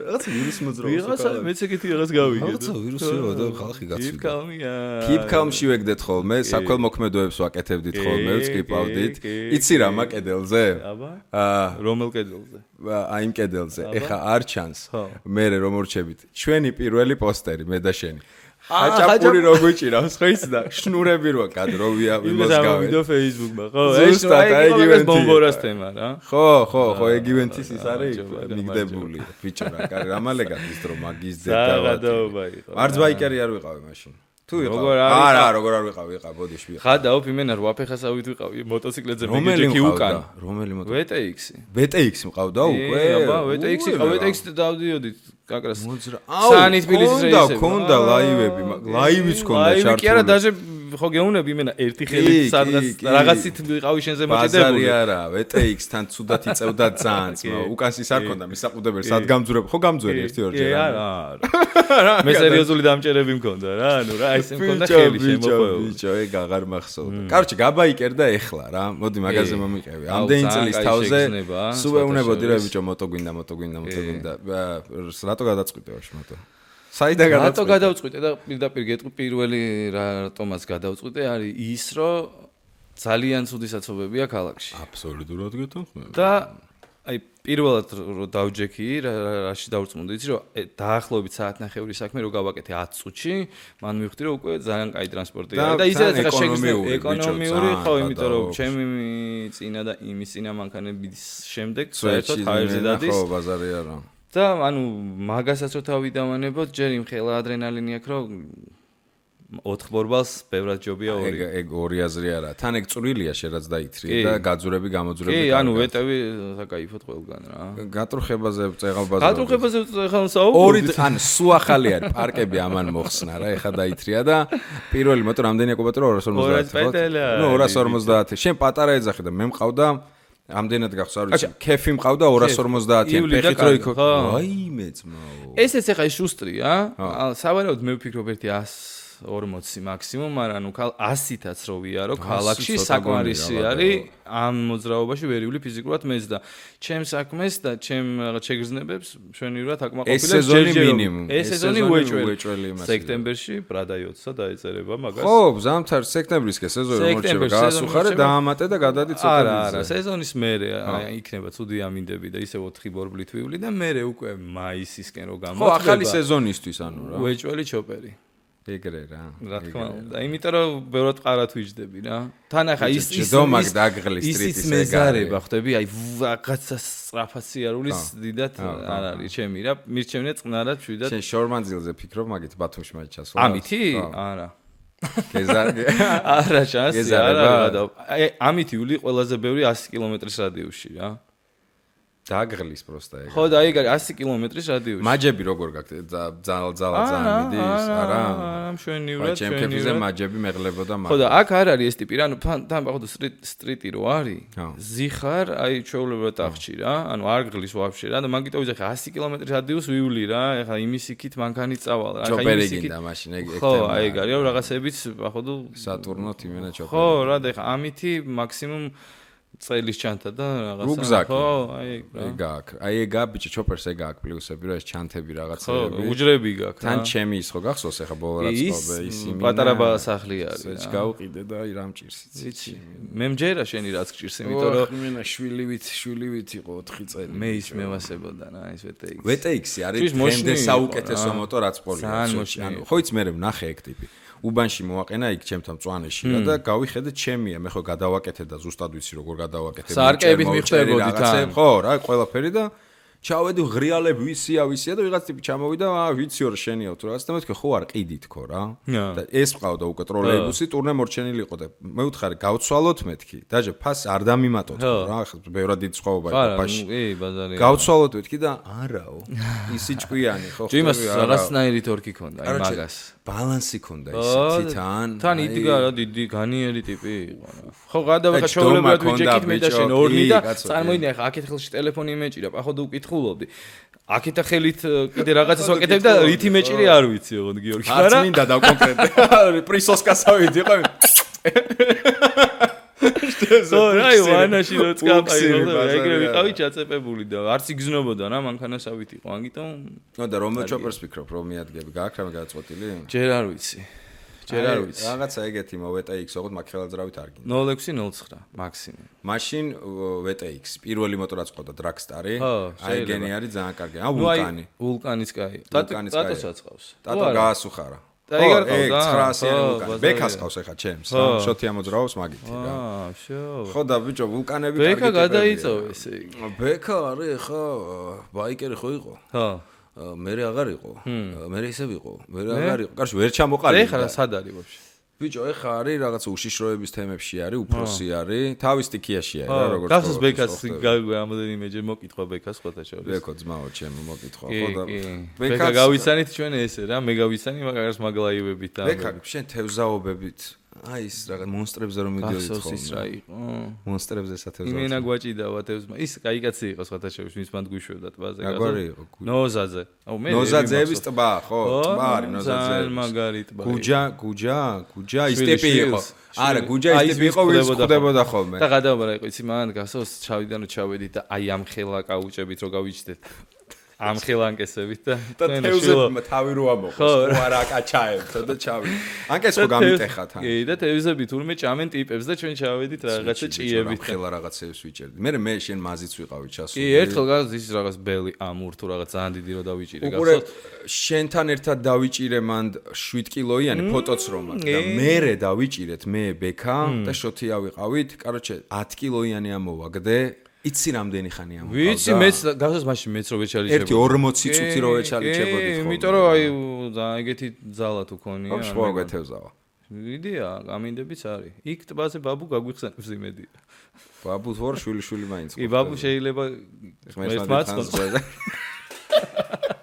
რაღაცა ვირუს მოძრაობს.
[laughs] ვიღაცა
უკალაში.
მეც ეგეთი რაღაც გავიგე.
რაღაცა ვირუსია და ხალხი გაცვიდა.
ქიპკალმია.
ქიფქალში ვეგდეთ ხოლმე, საქველმოქმედოებს ვაკეთებდით
კი,
ხოლმე, ვწკიპავდით.
კი, კი,
იცი რა
კი.
მაკედელზე?
აბა
აა
რომელ კედელზე?
აი იმ კედელზე. ეხა არ ჩანს.
ხო.
მე რომ ორჩებით. ჩვენი პირველი პოსტერი მე და შენი.
აა,
აჭაპური რო გვიჭირავს ხო იცი და შნურები რო გადროვია
იმას ამოვიდო
ვიმოსგავე.
Facebook-მა, ხო?
ზუსტად,
რა,
აი,
იყო
ეგ
მაგას
ივენთი.
ბომბორას თემა რა.
ხო, ხო, ხო, ეგ ივენთის ის არის
გამარჯობა, გამარჯობა.
მიგდებული. ბიჭო რა, კარი რამალე გადის დრო მაგის დედა.
ზაღადაობა იყო.
არც ბაიკერი არ ვიყავი მაშინ. თუ
როგორ
იყავი?
არ
არა,
ვიყავ?
როგორ არ ვიყავი, ვიყავ ბოდიში ვიყავ.
ხადა ოფ იმენა რვა ფეხასავით ვიყავი მოტოციკლებზე
რომელი
მიგეჯეკი უკან.
უკან? რომელი მოტო?
VTX-ი.
VTX მყავდა უკვე?
ე, აბა VTX-ი,
უე, რა.
VTX-ი დავდიოდით კაკრას.
მოძრა.
სანით თბილისის
და
რეისები.
ქონდა ლაივები, მაგ- ლაივიც ქონდა ჩართული.
ლაივი კი არა, დაჟე ხო გეუნები იმენა ერთი
კი,
ხელით სადღაც
კი.
რაღაცით ვიყავი შენზე
ბაზარი
მოჭედებული.
არა, VTX-თან ცუდად იწევდა ძალიან ძმა.
კი,
უკანსის არ ქონდა, მისაყუდებელი სად
კი.
გამძურებ, ხო გამძვერი
კი,
ერთი
კი,
ორჯერ.
არა,
[laughs]
არა. მე სერიოზული დამჭერები მქონდა რა, ანუ რა, ეს მქონდა ხელი შემოყვეული.
ბიჭო, ეგ აღარ მახსოვდა. კარჩი, გაბაიკერდა ეხლა რა. მოდი მაღაზია მომიყევი.
აუ,
ამდენი
ძალიან
წლის
კაი
თავზე
შეგრძნება,
სუვე
სხვათა
უნებოდი რა
შორის.
ბიჭო, მოტო გვინდა, მოტო გვინდა, მოტო გვინდა. აა, რატო გადაწყვიტევაში მოტო? საიდან
რატო
გადაწყვიტე?
გადავწყვიტე და პირდაპირ გეტყვი პირველი რა რატომაც გადავწყვიტე არის ის, რომ ძალიან ცუდი საცობებია ქალაქში.
აბსოლუტურად გეთანხმები.
და აი პირველად რო დავჯექი, რა- რა- რაში დავწმუნდი, იცი რომ ე, დაახლოებით საათნახევრი საქმე რო გავაკეთე 10 წუთში, მან მივხვდი რომ უკვე ძალიან კაი ტრანსპორტი
და
არის და ისედაც
ძალიან
ხა შეგიძლია
ეკონომიური, ბიჭო,
ეკონომიური,
ძალიან
ხო,
ხა
იმიტომ
და
რომ
ოქს.
ჩემი წინა და იმის წინა მანქანების შემდეგ
საერთოდ
საერთოდ ჰაერზე
დადის.
დადის
ხო, ბაზარი არა.
და ანუ მაგასაც რო დავიდავანებოთ, ჯერ იმ ხელა ადრენალინი აქვს, რომ 4 ბორბალს ბევრად ჯობია
ეგ
ორი.
ეგ ორი აზრი არა. თან ეგ წვრილია შე რაც დაითრიე
კი.
და გაძურები გამოძურები.
კი, ანუ
კარგად.
ვეტევი საკაიფოდ ყველგან რა.
გატრუხებაზე წეღალბაზე
გატუხებაზე ხან
ორი
საუბრობ.
ან სუ ახალი არის პარკები ამან მოხსნა რა ეხა დაითრია და პირველი მოტო რამდენი აკუბატრო 250 ხო?
250
ნუ 250 შენ პატარა ეძახი და მე მყავდა ამდენად გახსნა რა ვიცი. კეფი მყავდა 250-იანი.
იული და
ფეხით რო
კანკა,
იქო.
ხო?
აი მეწმაო.
ესეც ახლა შუსტრია. ა, სავარაუდოდ მე ვფიქრობ ერთი 140 მაქსიმუმ, მაგრამ ნუ ქალ 100-თაც რო ვიარო, ქალაქში
ცოტა
საკმარისი
გონია,
არის
ბატონო.
ამ მოძრაობაში ვერიული ფიზიკურად მეც და ჩემ საქმეს და ჩემ რაღაც შეგრძნებებს შვენივრად აკმაყოფილებს.
ეს სეზონი
ჯერჯერობით.
მინიმუმ.
ეს
ეს
სეზონი
სეზონი უეჭველი
უეჭველი.
იმას იძლევა.
სექტემბერში პრადა 20-სა დაეწერება მაგას.
ხო, ზამთარ სექტემბრის კე სეზონი
სექტემბერს
მორჩება.
სეზონი
გაასუხარე,
მორჩება.
დაამატე და გადადი ცოტა
არა,
მილზე.
არა, სეზონის მერე აი, იქნება ცუდი ამინდები და ისე 4 ბორბლით ვივლი და მერე უკვე მაისისკენ რო
ხო,
გამოდგება.
ახალი სეზონისთვის ანუ რა.
უეჭველი ჩოპერი.
ეგრე რა.
რა თქმა უნდა, იმიტომ რომ ბევრად ყარად ვიждები რა. თან ახლა ის
ვიცი,
ის
ჯდომა
ის-
დაგღლის
ისიც
სტრიტის ეგ
მეზარება
არის.
ხდები, აი რაღაცა სწრაფაციანულის დიდად
ხო, ხო,
არ არის ჩემი რა, მირჩევნია წყნარად შვიდად.
შენ შორმანძილზე ფიქრობ მაგით ბათუმში მაინც ჩასვლა?
ამითი?
ხო,
არა. [laughs]
გეზარგი.
არა შანსი არა
გეზარება?
რა. აი ამითი ული ყველაზე ბევრი 100 კილომეტრის რადიუსში რა.
დაგღლის პროსტა ეგ.
ხო და ეგ არის 100 კილომეტრის რადიუსში.
მაჯები როგორ გაქვთ? ძალ ძალ ძალიან მიდის, არა?
არა,
ხო,
მშვენივრად,
ჩემ ქეფიზე
მშვენივრად.
მაჯები მეღლებოდა მაგ.
ხო და აქ არ არის ეს ტიპი რა, ანუ თან თან ხო სტრიტი რო არის,
ხო.
ზიხარ, აი ჩვეულებრივად
Hm.
ტახში რა, ანუ არ გღლის ვაფშე რა და მაგიტო ვიძახე 100 კილომეტრის რადიუს ვივლი რა, ეხლა იმის იქით მანქანი წავალ რა,
ჩოპერი გინდა მაშინ ეგ ეგ
ხო,
თემა.
აი ეგ არის რა, რაღაცებიც походу
სატურნო იმენა ჩოპერი.
ხო, რა და ეხლა ამითი მაქსიმუმ წელის ჩანთა და რაღაცა.
რუგზაკი.
ხო, აი ეგ რა.
ეგ აქვს. აი ეგ აქვს ბიჭო ჩოპერს ეგ აქვს პლუსები რა ეს ჩანთები
ხო,
რაღაცები.
უჯრები გაქვს.
თან
რა.
ჩემი ის ხო გახსოვს ეხა ბოლო რაც
ის
ხობე ის იმენა.
პატარა ბალასახლი არის.
სეჩ
რა.
გავყიდე და აი რამ ჭირს.
ვიცი, მე მჯერა შენი რაც გჭირს, იმიტომ
იმიტომ
რომ
რომ იმენა შვილივით შვილივით იყო 4 წელი.
მე ის მევასებოდა რა ეს VTX.
VTX-ი არის
თვის მოშნი
დღემდე
იყო,
საუკეთესო
რა.
მოტო რაც ყოლია.
ძალიან
ცოტა,
მოშნი
ანუ
იყო.
ხო იც მე ნახე ეგ ტიპი. უბანში მოაყენა იქ ჩემთან მწვანეში რა და გავიხედე ჩემია მე ხო გადავაკეთე და ზუსტად ვიცი როგორ გადავაკეთე.
სარკეებით
მოვჭერი,
მიხვდებოდი
რაღაცე,
თან.
ხო რა ყველაფერი და ჩავედი ღრიალებ ვისია ვისია და ვიღაც ტიპი ჩამოვიდა აა ვიციო რა შენიო თუ რაღაც და მე თქვი ხო არ ყიდი თქო რა
ნა.
და ეს მყავდა უკვე ტროლეიბუსი ტურნე მორჩენილი იყო და მე ვთხარი გავცვალოთ მეთქი დაჟე ფას არ დამიმატოთ ხო, რა ხა ბევრად დიდი სხვაობა
არა,
იყო ფაში
ნუ, ეი ბაზარი.
გავცვალოთ ვეთქი და
[laughs]
არაო ისი ჭკვიანი ხო
ჯო იმას
ხტები, არაო.
რაღაცნაირი თორკი ქონდა აი
არა, ჩე-
მაგას.
ბალანსი ქონდა
აა,
ისეთი თან
თან
აი,
იდგა რა დიდი განიერი ტიპი იყო რა. ხო გადავახა
ჯდომა ქონდა,
ჩაოლებად ვიჯეკით მე და
ბიჭო,
შენ ორნი
კი,
და
კაცო, კი.
წარმოიდგინე ხა აქეთ ხელში ტელეფონი მეჭირა, походу უკითხულობდი. აქეთ ხელით ö, კიდე რაღაცას
походу,
ვაკეთებ და
ვკითხულობდი,
რითი მეჭირი არ ვიცი ოღონდ გიორგი,
არც
მაგრამ
მინდა
[laughs]
[laughs] დავკონკრეტე პრისოსკასავით იყო
ხო, რაი ვანაში რო წკაპაი
უქსირი
ხო,
ბაზარი,
ეგრე
არა.
ვიყავი ჩაწეპებული და არც იგზნობოდა რა მანქანასავით იყო, ამიტომ
ნუ და რომელ ჩოპერს ფიქრობ რომ მიადგები გაქვს რამე გადაწყვეტილი
ჯერ არ ვიცი. ჯერ არ
აი,
ვიცი.
რაღაცა ეგეთი მოვეტეიქს ოღონდ მაგხელაძრავით არ გინდა
0609 მაქსიმუმ.
მაშინ VTX პირველი მოტორ რაც ყოდა Dragstar-ი
ხო,
აი
შეიძლება.
გენი არის ძალიან კარგი აა
ნუ აი,
ვულკანი
ვულკანის კაი.
ვულკანის კაი.
ტატოსაც ყავს.
ტატო გაასუხარა.
და ეგ არ
ხო, ეგ
ყავდა?
900-იანი
ხო,
ვულკანი.
ბაზარია.
ბექას ყავს ახლა ჩემს.
ხო.
შოთია მოძრაობს მაგითი რა.
აა, შო.
ხო და ბიჭო, ვულკანები
ბეკა
კარგი ტიპებია.
გადაიწო ესე იგი.
ბექა არის ხა ბაიკერი ხო იყო?
ხო.
აა, მერე აღარ იყო. აა, მერე ისევ იყო. მერე
რა
აღარ
არის? კარში ვერ ჩამოყალიბდა.
ეხლა სად არის ვაფშე?
ბიჭო, ეხლა არის რაღაც უშიშროების თემებში არის, უფროსი არის, თავის ტიკიაში არის
ხო,
რა როგორც.
გახსოვს
ყოველთვის
ბეკას
ხო ხდება.
გაგვე ამოდენიმე ჯერ მოკითხვა ბეკას ხოთა შორის.
ბეკო ძმაო ჩემო მოკითხო
კი,
ხო და
კი. ბეკა
ბეკა
გავიცანით ჩვენ ესე რა, მე გავიცანი მაგას მაგლაივებით და
ბეკა შენ თევზაობებით აი ეს რაღაც მონსტრებზე რომ მიდიოდით
გახსოვს
ხო
ის რა იყო.
მონსტრებზე სათევზაო
იმენა გვაჭიდავა თევზმა. ის კაი კაცი იყო ხოთა შორის, მის მანდ გვიშვებდა ტბაზე.
აგვარი
გასულ.
იყო გუ-
ნოზაძე. აუ მე
ნოზაძეების
ტბა.
ტბა, ხო, ტბა არის
ძალიან
ნოზაძეების.
მაგარი ტბა.
გუჯა, გუჯა, გუჯა ის
შვილი,
ტიპი იყო.
შვილს,
არა,
შვილი.
გუჯა
აი,
ის
ის
ტიპი იყო, ვის
ვისწრდებოდა
ხდებოდა ხოლმე.
და გადააბრა იყო იცი მან გასავს ჩავიდან რომ ჩავედით და აი ამ ხელა კაუჭებით რომ
[laughs]
გავიჩნდეთ ამ ხელანკესებით და
და
თქვენ
თევზებმა თავი რო ამოყოს, ხო
ხო,
არა, კაჩაებსა და ჩავი. ანკეს ხო გამიტეხა თან.
კი და თევზები თურმე ჭამენ ტიპებს და ჩვენ ჩავედით რაღაცა ჭიებით
ხელა რაღაცებს ვიჭერდი. მე მე შენ მაზიც ვიყავი ჩასული.
კი ერთხელ გას ის რაღაც ბელი ამურ თუ რაღაც ძალიან დიდი რო დავიჭირე
უყურე
გასავს
შენთან ერთად დავიჭირე მან 7 კილოიანი ფოტოც რომ აქვს და
კი.
მერე დავიჭირეთ მე ბექა და შოთია ვიყავით. კაროჩე 10 კილოიანი ამოვაგდე. იცი რამდენი ხანი ამოვაგდა?
ვიცი მეც გასავს მაშინ მეც რო ვეჩალიჩებოდი
ერთი 40 წუთი რო ეჩალიჩებოდი
კი,
ხოლმე.
იმიტომ რომ აი და ეგეთი ძალა თუ ქონია
ოფ შვა გეთევზავა.
იდეა გამინდებიც არის იქ ტბაზე ბაბუ გაგვიხსენებს იმედია
ბაბუს ვარ შვილი შვილი მაინც.
კი ბაბუ შეიძლება [laughs]
ხმერთმა
ერთმაც
თან ზღვაზე.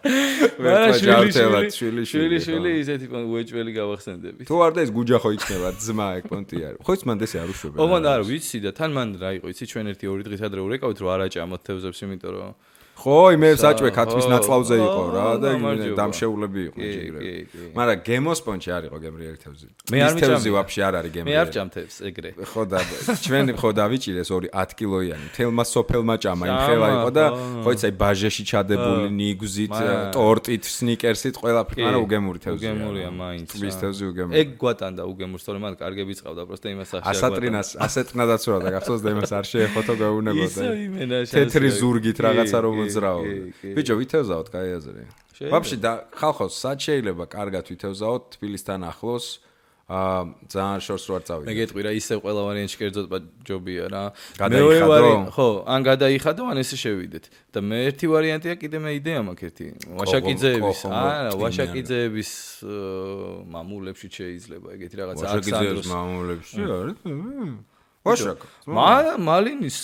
ვერტვა
არა, შვილი,
ჯართელად, შვილი,
შვილი, შვილი ისეთი უეჭველი გავახსენდებით.
თუ არ და ეს გუჯა ხო იქნება ძმა ეგ პონტი არის ხო ის მანდ ესე არ უშვებ
ო მან არ ვიცი და თან მან რა იყო იცი ჩვენ ერთი ორი დღით ადრე ურეკავით რომ არ აჭამოთ თევზებს იმიტომ რომ
ხო იმე საჭმე ქათმის
ხო,
ნაწლავზე იყო
ხო,
რა და
ნამარჯობა.
იმენა დამშეულები იყო
კი,
ჯიგრები
კი, კი.
მაგრამ გემოსპონჩი არ იყო გემრიელი თევზი
მე არ
ის
მიჭამია.
თევზი ვაფშე არ არის
მე
გემრიელი
არ ვჭამ თევზს ეგრე.
ხო
[laughs]
და ჩვენ ხო დავიჭირეს ორი 10 კილოიანი თელმა სოფელმა ჭამა იმ ხელა
ჭამა,
იყო და
ხო.
ხო იცი აი ბაჟეში ჩადებული ნიგზით
მაგრამ-
ტორტით სნიკერსით ყველაფერი მაგრამ უგემური თევზია
უგემურია მაინც.
ტბის
რა.
თევზი უგემური
ეგ გვატანდა უგემურს, თორემ მან კარგები წყავდა, просто იმას ახშე.
ასატრინას ასეთნადაც რა და გახსოვს და იმას არ შეეხოთო
ისო
გაუნებოდა
იმენა
თეთრი
შანსი.
ზურგით
კი,
რაღაცა რომ
კი, კი,
მოძრაობდა
კი.
ბიჭო ვითევზაოთ კაი აზრი
შეიძლება.
ვაფშე და ხალხო სად შეიძლება კარგად ვითევზაოთ თბილისთან ახლოს აა ძალიან შორს რო არ
მე
წავიდეთ
გეტყვი რა ისე ყველა ვარიანტში კერძოდ ბა- ჯობია რა.
გადაიხადო?
მეორე ვარი- ხო, ან გადაიხადო, ან ესე შევიდეთ. და მე ერთი ვარიანტია კიდე მე იდეა მაქვს ერთი. ვაშაკიძეების,
კოხო,
არა,
ტვინიანი.
ვაშაკიძეების აა, მამულებშით შეიძლება ეგეთი რაღაცა
ვაშაკიძეებს
აქსანდროს.
მამულებში არის ვაშაკ
მა მალინის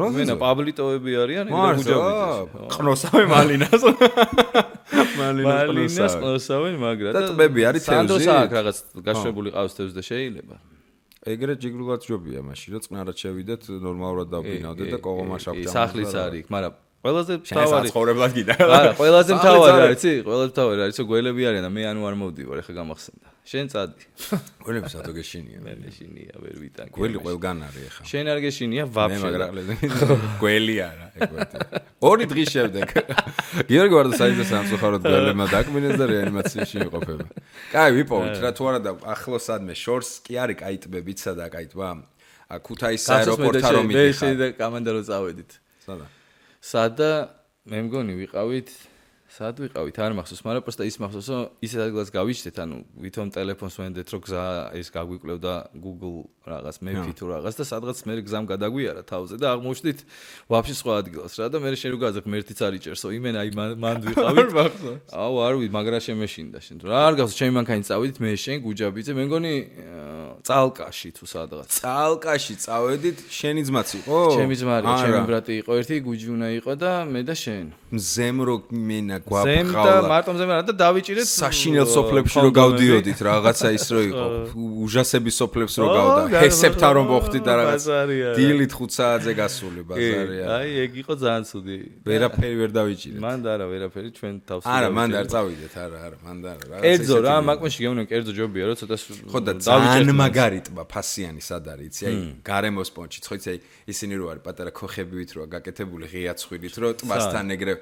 რა
მენა
ზიზა?
პაბლიტოები არიან ეგ და
მარს
გუჯაბიძეს.
ყნოსავე მალინას [laughs]
მალინის
მალინას
ყოსავენ მაგრამ
და ტბები არის
სანდოს
თევზით?
აქვს რაღაც გაშვებული ყავს თევზს და შეიძლება.
ეგრე ჯიგრულად ჯობია მაშინ რომ წყნარად შევიდეთ ნორმალურად დავბინავდეთ და კოღომას
ის
აფჭამოთ
სახლიც არის, იქ, მაგრამ ყველაზე მთავარი
საცხოვრებლად გიდა
არა, ყველაზე
სახლიც
მთავარი
არის.
არის, იცი? ყველაზე მთავარი არის, რომ გველები არიან და მე ანუ არ მოვდივარ, ეხა გამახსენდა. შენ წადი.
გველები სათო გეშინია
მეშინია, ვერ ვიტანკი.
გველი ყველგან არის ახლა
შენ არ გეშინია
მე
ვაფშე.
მაგრამ [laughs] გველი არა ეგ ორი დღის შემდეგ [laughs] გიორგი ვარდასაიძე სამწუხაროდ გველებმა დაკმინეს და რეანიმაციაში იმყოფება. კაი, ვიპოვეთ რა თუ არა და ახლოს სადმე შორს კი არის კაი ტბებიცა და კაი ტბა. ა ქუთაის აეროპორტა რომ
მე
მიდიხარ.
შეიძლება კამანდა რომ წავედით.
სადა?
სადა მე მგონი ვიყავით სად ვიყავით არ მახსოვს მაგრამ просто ის მახსოვს რომ ისეთ ადგილას გავიჩნდეთ ანუ ვითომ ტელეფონს ვენდეთ რომ გზა ეს გაგვიკვლევდა Google რაღაც მეფი თუ რაღაც და სადღაც მე გზამ გადაგვიარა თავზე და აღმოჩნდით ვაფშე სხვა ადგილას რა და მე შენ რო გაზრ მერტიც არ იჭერსო იმენ აი მან- მან ვიყავით აუ არ ვი მაგრამ შემეშინდა შენ რა არ გავს ჩემი მანქანი წავიდით მე შენ გუჯაბიძე მე მგონი აა, წალკაში თუ სადღაც
ალკაში წავედით, შენი ძმაც იყო?
ჩემი ძმარი
არა.
ჩემი ბრატი იყო ერთი გუჯუნა იყო და მე და შენ
მზემ რო მენა
ზემ და
გვაფხავლა.
მარტო ზემ არა და დავიჭირეთ
საშინელ სოფლებში რო
ფონდომები.
გავდიოდით, რაღაცა ის რო იყო, უჟასების სოფლებს რო
ო,
გავდა,
და-
ჰესებთან რომ მოხდით და რაღაც.
ბაზარი არა.
დილით 5 საათზე გასული
კი,
ბაზარია.
აი ეგ იყო ძალიან ცუდი
ვერაფერი ვერ დავიჭირეთ.
მან და არა ვერაფერი ჩვენ თავს
არა, მან და არ წავიდეთ, არა, არა, მან და არა. რაღაცა
კერძო რა
ისეთი-
მაკმაში გეუბნები კერძო ჯობია რა ცოტა სულ
ხო და ძალიან
დავიჭერთ მას.
მაგარი ტბა ფასიანი სად არის იცი აი გარემო სპონჯი ხო იცი აი ისინი რო არის პატარა ქოხებივით რო გაკეთებული ღია ცხვირით რო ტბასთან ეგრე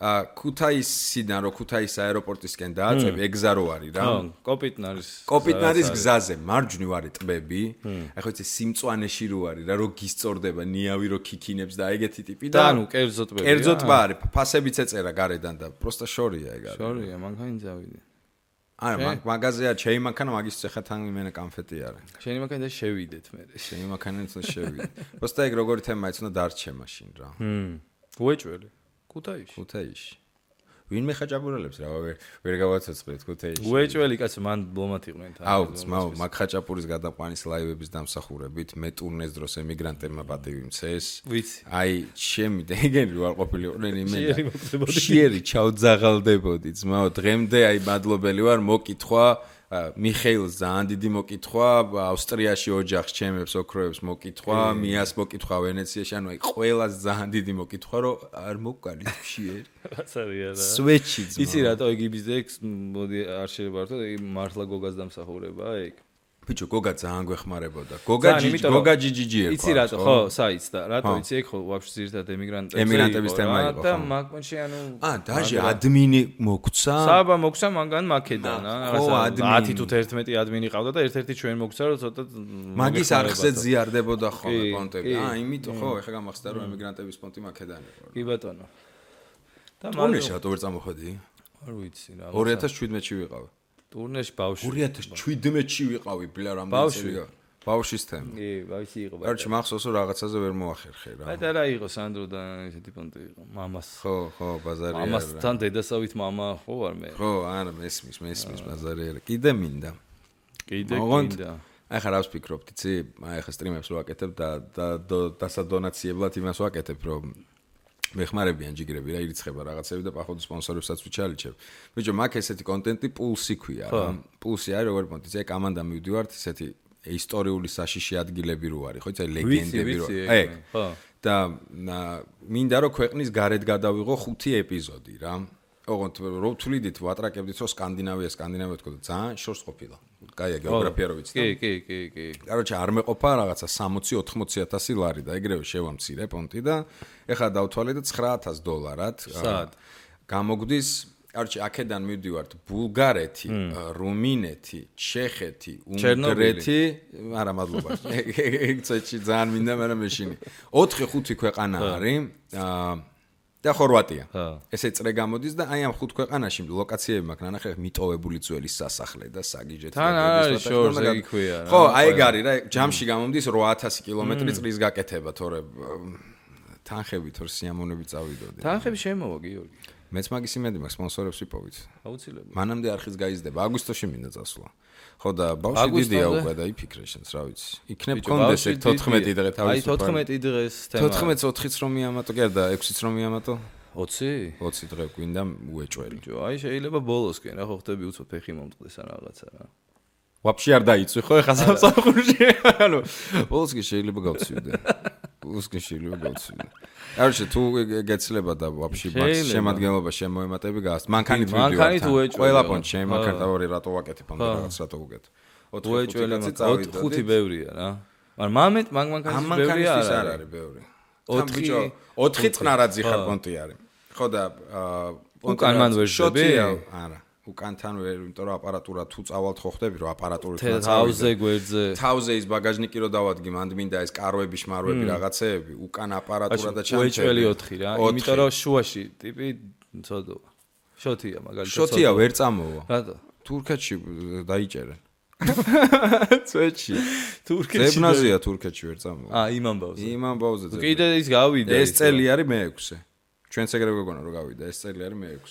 ა ქუთაისიდან რო ქუთაის აეროპორტისკენ დააწევი ეგზა რო არის რა
ხო კოპიტნ არის
კოპიტნარის გზაზე მარჯვნივ არის ტბები. აი ხო იცი სიმწვანეში რო არის რა რო გისწორდება, ნიავი რო ქიქინებს და ეგეთი ტიპი
და ანუ კერძო ტბები
კერძო ტბა არის, ფასებიც ეწერა გარედან და პროსტა შორია ეგ არის.
შორია მანქანი წავიდე
არა, მაგ- მაგაზეა, ჩემი მანქანა მაგის წეხათან იმენა კანფეტი არის.
შენი მანქანი და შევიდეთ მე
ჩემი მანქანა უნდა
[laughs]
შევიდე. პროსტა ეგ როგორი თემა ეცნო დარჩე მაშინ რა.
მ უეჭველი ქუთაისში
ქუთაისში. ვინმე ხაჭაპურელებს რა ვერ ვერ გავაცოცხლეთ ქუთაისში.
უეჭველი კაცო მან ბლომათ იყვნენ თან
აუ, ძმაო, მაგ ხაჭაპურის გადაყვანის ლაივების დამსახურებით მე ტურნეს დროს ემიგრანტებმა პატივი მცეს.
ვიცი
აი, ჩემი დეგენი რო არ ყოფილიყვნენ
შეერი
იმენა.
მოწებოდი.
შეერი ჩავძაღალდებოდი, ძმაო, დღემდე აი მადლობელი ვარ, მოკითხვა ა, მიხეილს ძალიან დიდი მოკითხვა ავსტრიაში ოჯახს ჩემებს ოქროებს მოკითხვა მიას მოკითხვა ვენეციაში ანუ აი ყველას ძალიან დიდი მოკითხვა რომ არ მოკალი
[laughs]
შეერი
რაც არის არა
სვეჩი
იცი
ძმა
რატო ეგ იბიზდექს მოდი არ შეიძლება რატო ეგ მართლა გოგას დამსახურება ეგ
ბიჭო გოგა ძალიან გვეხმარებოდა გოგა
ძალიან,
ჯიჯი
იმიტომ რომ-
გოგა ჯიჯი ერქვა
იცი რატო ხო საიცდა რატო
ხო.
იცი ეგ ხო ვაფშე ზირთად ემიგრანტებს
ემიგრანტების თემა იყო,
და
ხო.
მაკმანში ანუ
ა დაჟე ადმინი მოგცა
საბა მოგცა მანგან მაკედან
მაგ-
აა,
ხო,
რაღაცა
ადმინი.
10 თუ 11 ადმინი ყავდა და ერთ-ერთი ჩვენ მოგცა რომ ცოტა
მაგის არხზე ზიარდებოდა ხოლმე
კი,
პონტები.
კი.
აა, იმიტომ ხო, ეხა გამახსენდა რომ ემიგრანტების პონტი მაკედანი იყო.
კი ბატონო და
ტურნეში რატო ვერ წამოხედი?
არ ვიცი რა
2017-ში ვიყავ.
ტურნეში ბავშვი
2017-ში ვიყავი, ბლა, რამდენი
ბავშვი?
წელია. ბავშვის თემა.
კი ბავშვი იყო
კარჩი მახსოვს რომ რაღაცაზე ვერ მოახერხე რა.
პატარა იყო სანდრო და ესეთი პონტი იყო მამას
ხო, ხო, ბაზარია. რა.
მამასთან დედასავით მამა ხო არ მე
ხო, არა, მესმის, მესმის ბაზარია. რა. კიდე მინდა.
კიდე
მოვანთ.
კიდე
აი ხა რას ვფიქრობთ, იცი? აი ხა სტრიმებს ვაკეთებ და და დო- დასადონაციებლად იმას ვაკეთებ, რომ მეხმარებიან ჯიგრები რა ირიცხება რაღაცები და პახოდ სპონსორებსაც ვიჩალიჩებ. ბიჭო, მაქვს ესეთი კონტენტი პულსი ქვია რა. პულსი არის როგორ მოდი, ზე კამანდა მივდივართ ესეთი ისტორიული საშიში ადგილები რო არის, ხო, ესე ლეგენდები რო.
ვიცი, ეგ,
ეგ.
ხო.
და ნა, მინდა რომ ქვეყნის გარეთ გადავიღო 5 ეპიზოდი რა. ოღონდ რო თვლიდით ვატრაკებდით რომ სკანდინავია, სკანდინავია თქო და ძალიან შორს ყოფილა. კაია გეოგრაფია რო ვიცით.
კი, კი, კი, კი.
კაროჩა არ მეყოფა რაღაცა 60-80000 ლარი და ეგრევე შევამცირე პონტი და ეხლა დავთვალე და 9000 დოლარად აა,
სად?
გამოგვდის კაროჩა აქედან მივდივართ ბულგარეთი, აა, რუმინეთი, ჩეხეთი,
ჩერნობილი.
უნგრეთი, არა მადლობა. [laughs] ეგ- ეგ- ეგ წეჩი ძალიან მინდა მარა მეშინი. 4-5 ქვეყანა არის. აა და ხორვატია.
ხო.
ესე წრე გამოდის და აი ამ ხუთ ქვეყანაში ლოკაციები მაქვს ნანახე მიტოვებული ძველი სასახლე და საგიჟეთი.
თან
და
არ
ბედის
არის
ვატაში,
შორს,
რომ მაგად-
ეგ იქვია რა,
ხო, აი
ყველა.
ეგ არის რა, ჯამში გამომდის 8000 კილომეტრი წლის გაკეთება, თორე მ, თანხები თორე სიამოვნები წავიდოდი.
თანხები შემოვა გიორგი.
მეც მაგის იმედი მაქვს სპონსორებს ვიპოვით.
აუცილებლად.
მანამდე არხის გაიზდება, აგვისტოში მინდა წასვლა. ხო და ბავშვი
აგვისტომდე?
დიდია უკვე და იფიქრე შენს, რა ვიცი. იქნებ კონდეს ეგ 14 დღე
აი
თავის.
14 დღეს თემა.
14 4-ից რომ მიამატო, გერდა 6-ից რომ მიამატო,
20?
20 დღე გვინდა უეჭველი.
ჯო, აი შეიძლება ბოლოსკენ რა ხო ხდები უცო ფეხი მომწყდეს ან რაღაცა რა.
ვაფშე არ დაიწვი ხო ეხა სამსახურში ანუ ბოლოსკი შეიძლება გავცივდე ბოლოსკი შეიძლება გავცივდე არ შეიძლება თუ ე- გეცლება და ვაფშე მაგ
შეიძლება.
შემადგენლობა შემოემატები გას მანქანით ვიდივარ
მანქანით უეჭველია.
ყველა პონჩ
ხო.
შემაკარტა ორი რატო ვაკეთებ ამ
ხო.
რაღაც რატო უგეთ
უეჭველი
4-5
მაგ 5 ბევრია რა. ან მამეთ
ამ
მანგმანქანის ბევრია
მანქანისთვის არ
არა.
არის ბევრი
ოთხი-
4 წყნარაძი ხარ პონტი არის ხო და აა, პონტი
უკან
რა-
მან ვერ
შოტია,
ვდები?
არა უკანთან ვერ იმიტომ რომ აპარატურა თუ წავალთ ხო ხდები რომ აპარატურით
თელ თავზე გვერდზე.
თავზე ის ბაგაჟნიკი რო დავადგი, მანდ მინდა ეს კაროები, შმაროები, რაღაცეები, უკან აპარატურა და ჩანჩები.
უეჭველი 4 რა. იმიტომ რომ შუაში ტიპი ცოდოა. შოთია მაგალითად.
შოთია ვერ წამოვა.
რატო?
თურქეთში ე,
[laughs]
დაიჭერენ. წეჩი.
თურქეთში.
ზებნაზია თურქეთში ვერ წამოვა.
აა იმ ამბავს.
იმ ამბავზე ზებნა.
კიდე ის გავიდა.
ეს წელი არის მე-6. ჩვენც ეგრე გეკონა რომ გავიდა, ეს წელი არის მე-6.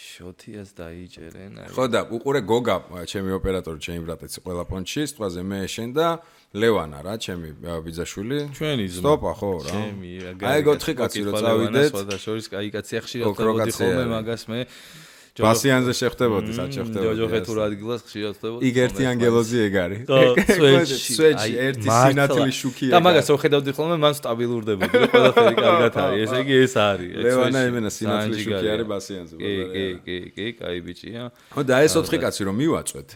შოთიას დაიჭერენ. აი.
ხო და უყურე გოგა ა, ჩემი ოპერატორი ჩემი ბრატეცი ყველა პონჩში, სწორაზე მე შენ და ლევანა რა, ჩემი ა, ბიძაშვილი.
ჩვენი ძმა.
სტოპა ხო რა.
ჩემი
აი ეგ ოთხი კაცი რო წავიდეთ.
სხვა შორის კაი კაცი ხშირად
ოქრო
ხდებოდი
კაცი
ხოლმე
არის.
მაგას მე
ბასიანზე შეხვდებოდი, საჩვეხდებოდი.
ჯოჯოხეთურ ადგილას ხშირად ხდებოდი
იქ ერთი ანგელოზი ეგ
[laughs]
არის.
სვეჩი
სვეჩი ერთი სინათლის შუქია.
და მაგას რო ხედავდი ხოლმე მან სტაბილურდებოდი რომ ყველაფერი კარგად [laughs] არის ესე იგი ეს არის ეგ
ლევანა
სვეჩი.
იმენა სინათლის
ძალიან
შუქი
ჯიგარია.
არის ბასიანზე,
კი
ბატონო,
კი
არა.
კი კი კაი ბიჭია
ხო და ეს ოთხი კაცი რომ მივაწვეთ.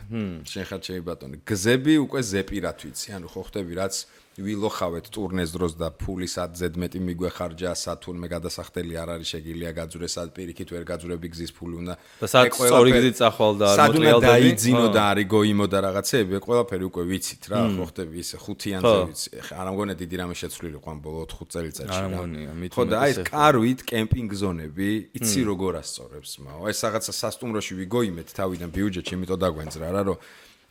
შენ ხარ ჩემი ბატონი. გზები უკვე ზეპირად ვიცი, ანუ ხო ხტები რაც ვილოხავეთ ტურნეს დროს და ფული სად ზედმეტი მიგვეხარჯა, სათურმე გადასახდელი არ არის შეგილია გაძურე, სად პირიქით ვერ გაძურები გზის ფული უნდა
და სად
ეგ ყველაფერი-
სწორი გზით წახვალ და არ
სად უნდა
მოტრიალდები?
დაიძინო
ხო.
და არის გოიმო და რაღაცეები, ეგ ყველაფერი უკვე ვიცით რა, ხო ხტები ისე ხუთიანზე
ხო.
ვიცი. ხა არ მგონია დიდი რამე შეცვლილი ყო ამ ბოლო 4 წელიწადში
არ
რა.
მგონია, მით
ხო და აი
უმეტეს
ეს
ეხლა.
კარვით კემპინგ ზონები, იცი როგორ ასწორებს მაო. ეს რაღაცა სასტუმროში ვიგოიმეთ თავიდან ბიუჯეტში, იმიტომ დაგვენძრა რა, რომ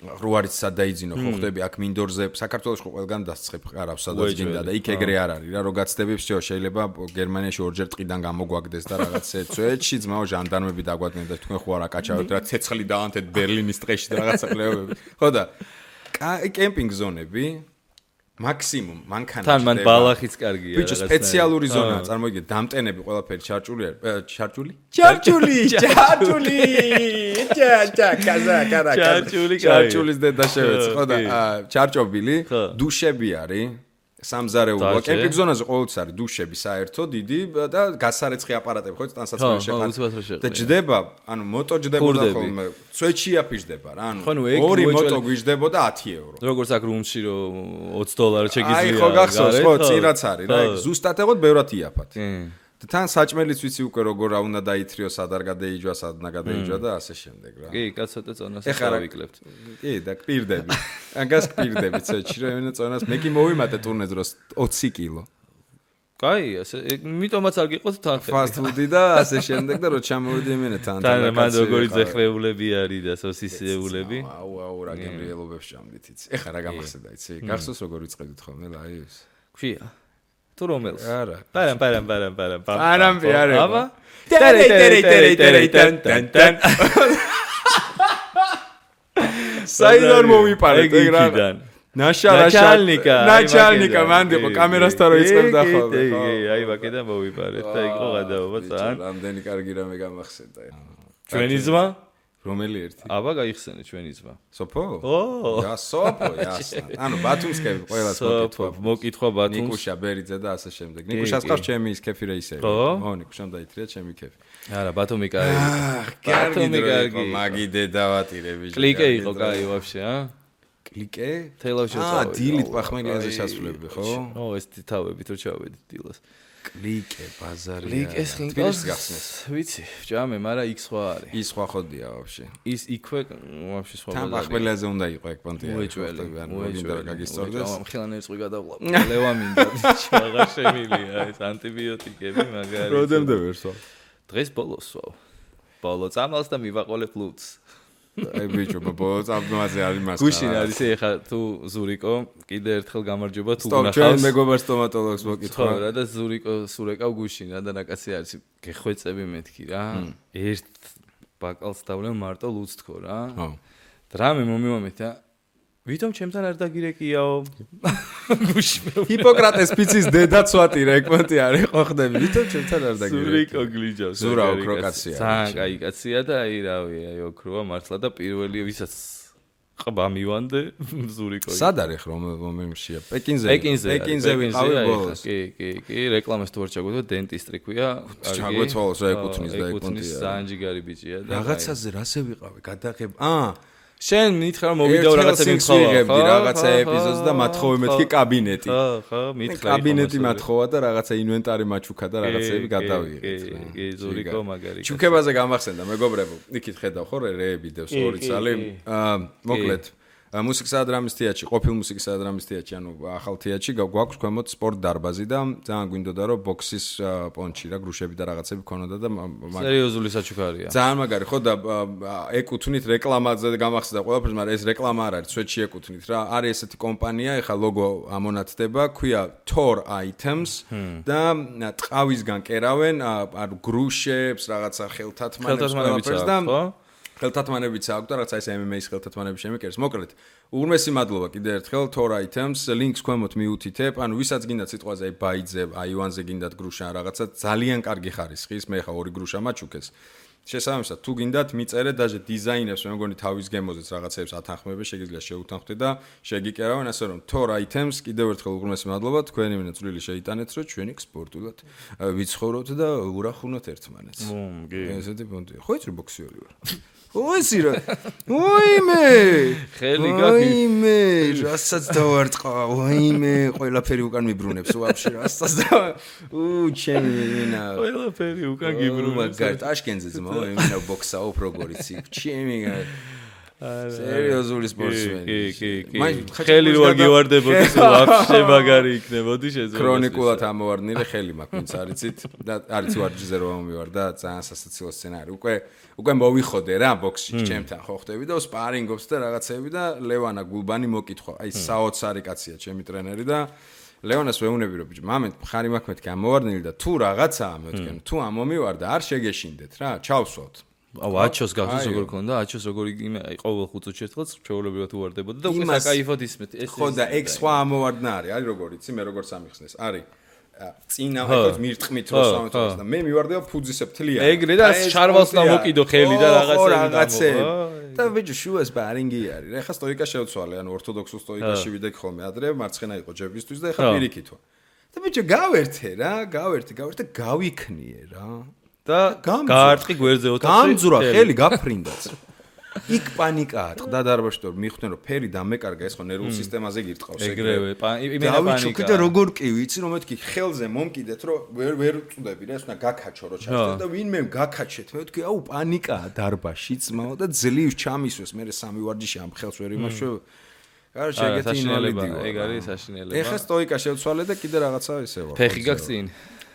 როარიც სად დაიძინო ხო ხდები აქ მინდორზე, საქართველოს ხო ყველგან დასწრებ ყარავ სადაც
უეჭველი.
გინდა და იქ ეგრე არ არის რა, რომ გაცდები всё, შეიძლება გერმანიაში ორჯერ ტყიდან გამოგვაგდეს და რაღაცე წვეთში ძმაო ჟანდარმები დაგვადგნენ და თქვენ ხო არ აკაჩავთ რა, ცეცხლი დაანთეთ ბერლინის ტყეში და რაღაცა
[laughs]
კვლევები. ხო და კა- კემპინგ ზონები მაქსიმუმ მანქანაში
თან მან
ხდება.
ბალახიც კარგია
ბიჭო
რაღაცნაირად.
სპეციალური
ხო.
ზონაა წარმოიდგინე დამტენები ყველაფერი ჩარჭული არის ე, ჩარჭული
[laughs] ჩარჭული,
ჩარჭული ჩა ჩა კაზა კარა კაზა.
ჩარჭული, კაი.
ჩარჭულის დედა შევეც
ხო,
ხო და
კი.
ა, ჩარჭობილი
ხო.
დუშები არის სამზარეულო
დაშე.
კემპინგ ზონაზე ყოველთვის არის დუშები საერთო დიდი და გასარეცხი აპარატები ხო
ხო,
სტანსაცმელი
ხო, უცბად რომ
შეხარ
შეყრია.
და ჯდება ანუ მოტო ჯდებოდა
ქურდები.
ხოლმე წვეთში აფიждდება რა
ხო, ნუ
ანუ
ეგ
ორი
უეჭველი-
მოტო გვიждდებოდა 10 euро
როგორც აქ რუმში რო 20 დოლარი შეგიძლია
აი ხო გახსოვს
გარეთ,
ხო წირაც არის რა
ხო.
ეგ ზუსტად ეგოთ ბევრად იაფად
კი.
და თან საჭმელიც ვიცი უკვე როგორ რა უნდა დაითრიო სად არ გადაიჯვა სად უნდა გადაიჯვა და ასე შემდეგ რა
კი, კაცოთა წონას
ეხლა რა-
დავიკლებთ.
კი და გპირდები აგას გპირდები ცეჩი რა ენა წონას მე კი მოვიმატე ტურნეს დროს 20 კილო
კაი, ასე ეგ მიტომაც არ გიყვეთ თანხები.
ფასტფუდი და ასე შემდეგ და რო ჩამოვედი მე თან
თან
და
მან
კაცი
როგორი
ვიყავი.
ძეხლეულები არის და სოსისეულები.
აუ აუ რა გემრიელობებს ჩამდით იცი ეხა რა გამახსენდა იცი გახსოვს როგორ ვიწყებდით ხოლმე ლაივს
ქვია. თუ რომელს?
არა
პარამ პარამ პარამ პარამ პამ.
არამპი, არა.
აბა.
ტერეი, ტერეი, ტერეი, ტერეი, ტან, ტან, ტან. საიდან მოვიპარეთ ეგ რა
იქიდან.
ნაშა რაშა
ნაჩალნიკა, აი,
ნაჩალნიკა
ვაკედან.
მანდიყო
კი,
კამერასთან რო
კი,
იწებდა
კი,
ხოლმე
კი,
ხო?
კი, აი ვაკედან მოვიპარეთ და იყო გადაობა
ბიჭო,
ძალიან
რამდენი კარგი რამე გამახსენდა
ჩვენი ძმა
რომელი ერთი
აბა გაიხსენე ჩვენი ძმა
სოფო
ო
და სოფო იასა ანუ ბათუმსკები ყველას მოკითხვა
სოფო, მოკითხვა ბათუმს
ნიკუშა ბერიძე და ასე შემდეგ ნიკუშას
კი.
ხარ ჩემი ის ქეფი რეისები
ხო?
ო ნიკუშამ დაითრია ჩემი ქეფი
არა ბათუმი კაი ბათუმი
დრო იყო,
კარგი
მაგიდე დავატირე ბიჭო
კლიკე
კარგი
იყო
დრო.
კაი ვაფშე აა
კლიკე
თელავში
აა
წავედი,
დილით
აუ,
პახმელიანზე
აი,
სასვლები ხო
ო ეს თავები თუ ჩავედი დილას
კლიკე ბაზარი
ლიკეს
თბილისს
ხინკოს
გახსნეს
ვიცი ჭამე მაგრამ იქ სხვა არის
ის სხვა ხოდია ვაფშე
ის იქვე ვაფშე სხვა
თან პახმელიანზე უნდა იყო ეგ პანტია
უეჭველი
უეჭველი გაგისწორდეს
ამხილანე წვი გადავლა [laughs] ლევა მინდა ბიჭო, აღარ შემილია ეს ანტიბიოტიკები მაგარი
როდემდე ვერსო
დღეს ბოლოს ვავ ბოლო წამალს და მივაყოლებ ლუდს
აი ბიჭო ბოლო წამაზე არის მას
გუშინ არის ეხა თუ ზურიკო კიდე ერთხელ გამარჯობა თუ
სტო ჩვენ
გუნახავს
მეგობარ სტომატოლოგს მოკითხა
ცხოვრა და ზურიკო სურეკავ გუშინა და ნაკაცი არის გეხვეწები მეთქი რა ერთ ბაკალს დავლე მარტო ლუც თქო რა
ხო
და რამე მომიმომეთ და ვითომ ჩემთან არ დაგირეკიაო გუშინ
ჰიპოკრატეს ფიცის დედაც ვატირა ეგ პანტი არის ხო ხდები ვიტო ჩემთან არ დაგირეკი
ზურიკო გლიჯავს
ზურა
ეგ არის
ოქრო
კაცი.
კაცია,
ძალიან
ბიჭო.
კაი კაცია და აი რავი აი ოქროა მართლა და პირველი ვისაც ყბა მივანდე [laughs] ზურიკო
სად არის ხომ მომიმშია პეკინზე
პეკინზე არის,
პეკინზე ვიყავი
არის,
ბოლოს
კი კი კი რეკლამას თუ არ ჩაგვიდო დენტისტრი ქვია კარგი.
ჩაგვეცვალოს რა ეკუთვნის და
ეკუთვნის
ეკონტია.
ძალიან ჯიგარი ბიჭია და აი,
რაღაცაზე რასე ვიყავი გადაღებ აა
შენ მითხრა მოვიდეო
ერთხელ
რაღაცა
სინგს
მითხოვა
ვიღებდი
ხო,
რაღაცა
ხო,
ეპიზოდს და
ხო,
მათხოვე მეთქი
ხო,
კაბინეტი.
ხო ხო მითხრა იყო
კაბინეტი
მას,
მათხოვა და რაღაცა ინვენტარი მაჩუქა და რაღაცები
კი,
გადავიღეთ.
კი,
რა.
კი, ზურიკო
ჯიგა.
მაგარი კაცი.
ჩუქებაზე გამახსენდა მეგობრებო, იქით ხედავ ხო რეები დევს
კი,
ორი
კი,
წალი.
კი.
აა მოკლედ ა, მუსიკისა და დრამის თეატრში, ყოფილ მუსიკისა და drama-ის თეატრში, ანუ ახალ თეატრში გა- გვაქვს ქვემოთ სპორტ დარბაზი და ძალიან გვინდოდა რომ ბოქსის ა, პონჩი რა, გრუშები და რაღაცები ქონოდა და მა- მა-
სერიოზული საჩუქარია
ძალიან მაგარი ხო და ა, ა, ეკუთვნით რეკლამაზე გამახსნა ყველაფერს, მაგრამ ეს რეკლამა არ არის, სვეტში ეკუთვნით რა. არის ესეთი კომპანია, ეხა ლოგო ამონათდება, ქვია Tor Items და ა, ტყავისგან კერავენ, ა, არ გრუშებს, რაღაცა ხელთათმანებს
ხელთათმანებიც
ყველაფერს
აქვს, ხო?
ხელთათმანებიც აქვს და რაღაცა ეს MMA-ის ხელთათმანები შემეკერს. მოკლედ, ურმესი მადლობა კიდე ერთხელ Tor Items, ლინკს ქვემოთ მიუთითებ, ანუ ვისაც გინდათ სიტყვაზე აი ბაიძე, აი ივანზე გინდათ გრუშა რაღაცა ძალიან კარგი ხარისხის, მე ხა ორი გრუშა მაჩუქეს. შესაბამისად, თუ გინდათ მიწერე დაჟე დიზაინებს, მე მგონი თავის გემოზეც რაღაცებს ათანხმები შეიძლება შეუთანხმდე და შეგიკერავენ, ასე რომ Tor Items კიდევ ერთხელ უღრმესი მადლობა, თქვენი მინა წვლილი შეიტანეთ, რომ ჩვენი სპორტულად ა, ვიცხოვროთ და ურახუნოთ ერთმანეთს.
მმ, კი.
ესეთი პონტი. ხო იცი ბოქსიორი
[laughs]
ვარ? ოისი რა. ოიმე!
ხელი გაგი.
ოიმე, რასაც დავარტყა, ოიმე, ყველაფერი უკან მიბრუნებს ვაფშე, რასაც და უ ჩემი მინა.
ყველაფერი უკან
მაგარ ტაშკენზე ძმა იმენა ბოქსა ოფ როგორიც იქ ჩემი
[laughs]
გარ სერიოზული სპორტსმენი
კი, კი, კი.
მაინც ხაჭაპურის
ხელი რო არ
გარდა-
გევარდებოდი, ვაფშე მაგარი იქნებოდი შეზღუდვა.
ქრონიკულად ამოვარდნილი ხელი მაქვს ვინც არიცით და არიცი ვარჯიზე რომ მომივარ და ძალიან სასაცილო სცენარი უკვე უკვე მოვიხოდე რა ბოქსში ჩემთან ხო ხდები და სპარინგობს და რაღაცები და ლევანა გულბანი მოკითხვა აი საოცარი კაცია ჩემი ტრენერი და ლეონას ვეუნები რომ ბიჭო მამეთ ხარი მაქვს მეთქი ამოვარდნილი და თუ რაღაცაა მეთქენ თუ ამომივარ და არ შეგეშინდეთ რა ჩავსვათ
აუ აჩოს გახსნის
აი,
როგორ ქონდა, აჩოს როგორ იმე აი ყოველ ხუთს ერთხელს ჩვეულებრივად უარდებოდა და უკვე
იმას-
საკაიფოდ ისმეთ. ეს
ხო
ეს-
და ეგ სხვა ამოვარდნა არის, არის როგორ იცი, მე როგორც ამიხსნეს. არის ა, წინა ვიყოთ მირტყმით რო
ხო,
სამეთოს
ხო.
და მე მივარდე ფუძისებ თლიან.
ეგრე და შარვალს და მოკიდო ხელი და
ხო,
რაღაცები და
რაღაცები.
მო-
და ბიჭო შუას ბარინგი არის. რა ხა სტოიკა შევცვალე, ანუ ორთოდოქსულ სტოიკაში ვიდექ ხოლმე ადრე, მარცხენა იყო ჯებისთვის და ხა
ხო.
პირიქითო. და ბიჭო გავერთე რა, გავერთე, გავერთე, გავიქნიე რა.
და
გამძვრა.
გაარტყი გვერდზე ოთახში.
გამძურა ხელი გაფრინდაც. იქ პანიკაა, ტყდა დარბაზში რომ მიხვდნენ რომ ფერი დამეკარგა, ეს ხო ნერვულ სისტემაზე გირტყავს
ეგრევე, პა- იმენა
დავიჩუქი
პანიკა.
და როგორ კი ვიცი რომ მეთქი ხელზე მომკიდეთ რომ ვერ ვერ უწდები რა ეს უნდა გაკაჩო რო ჩასწერ და ვინმე გაკაჩეთ მე ვთქვი აუ პანიკაა დარბაზში ძმაო და ძლივს ჩამისვეს მე სამი ვარჯიში ამ ხელს ვერ იმაშო კარჩე
არა,
ეგეთი
საშინელება,
ინვალიდი ვარ,
ეგ
რა.
არის საშინელება.
ეხა სტოიკა შევცვალე და კიდე რაღაცა ისე ვარ
ფეხი გაგწინ.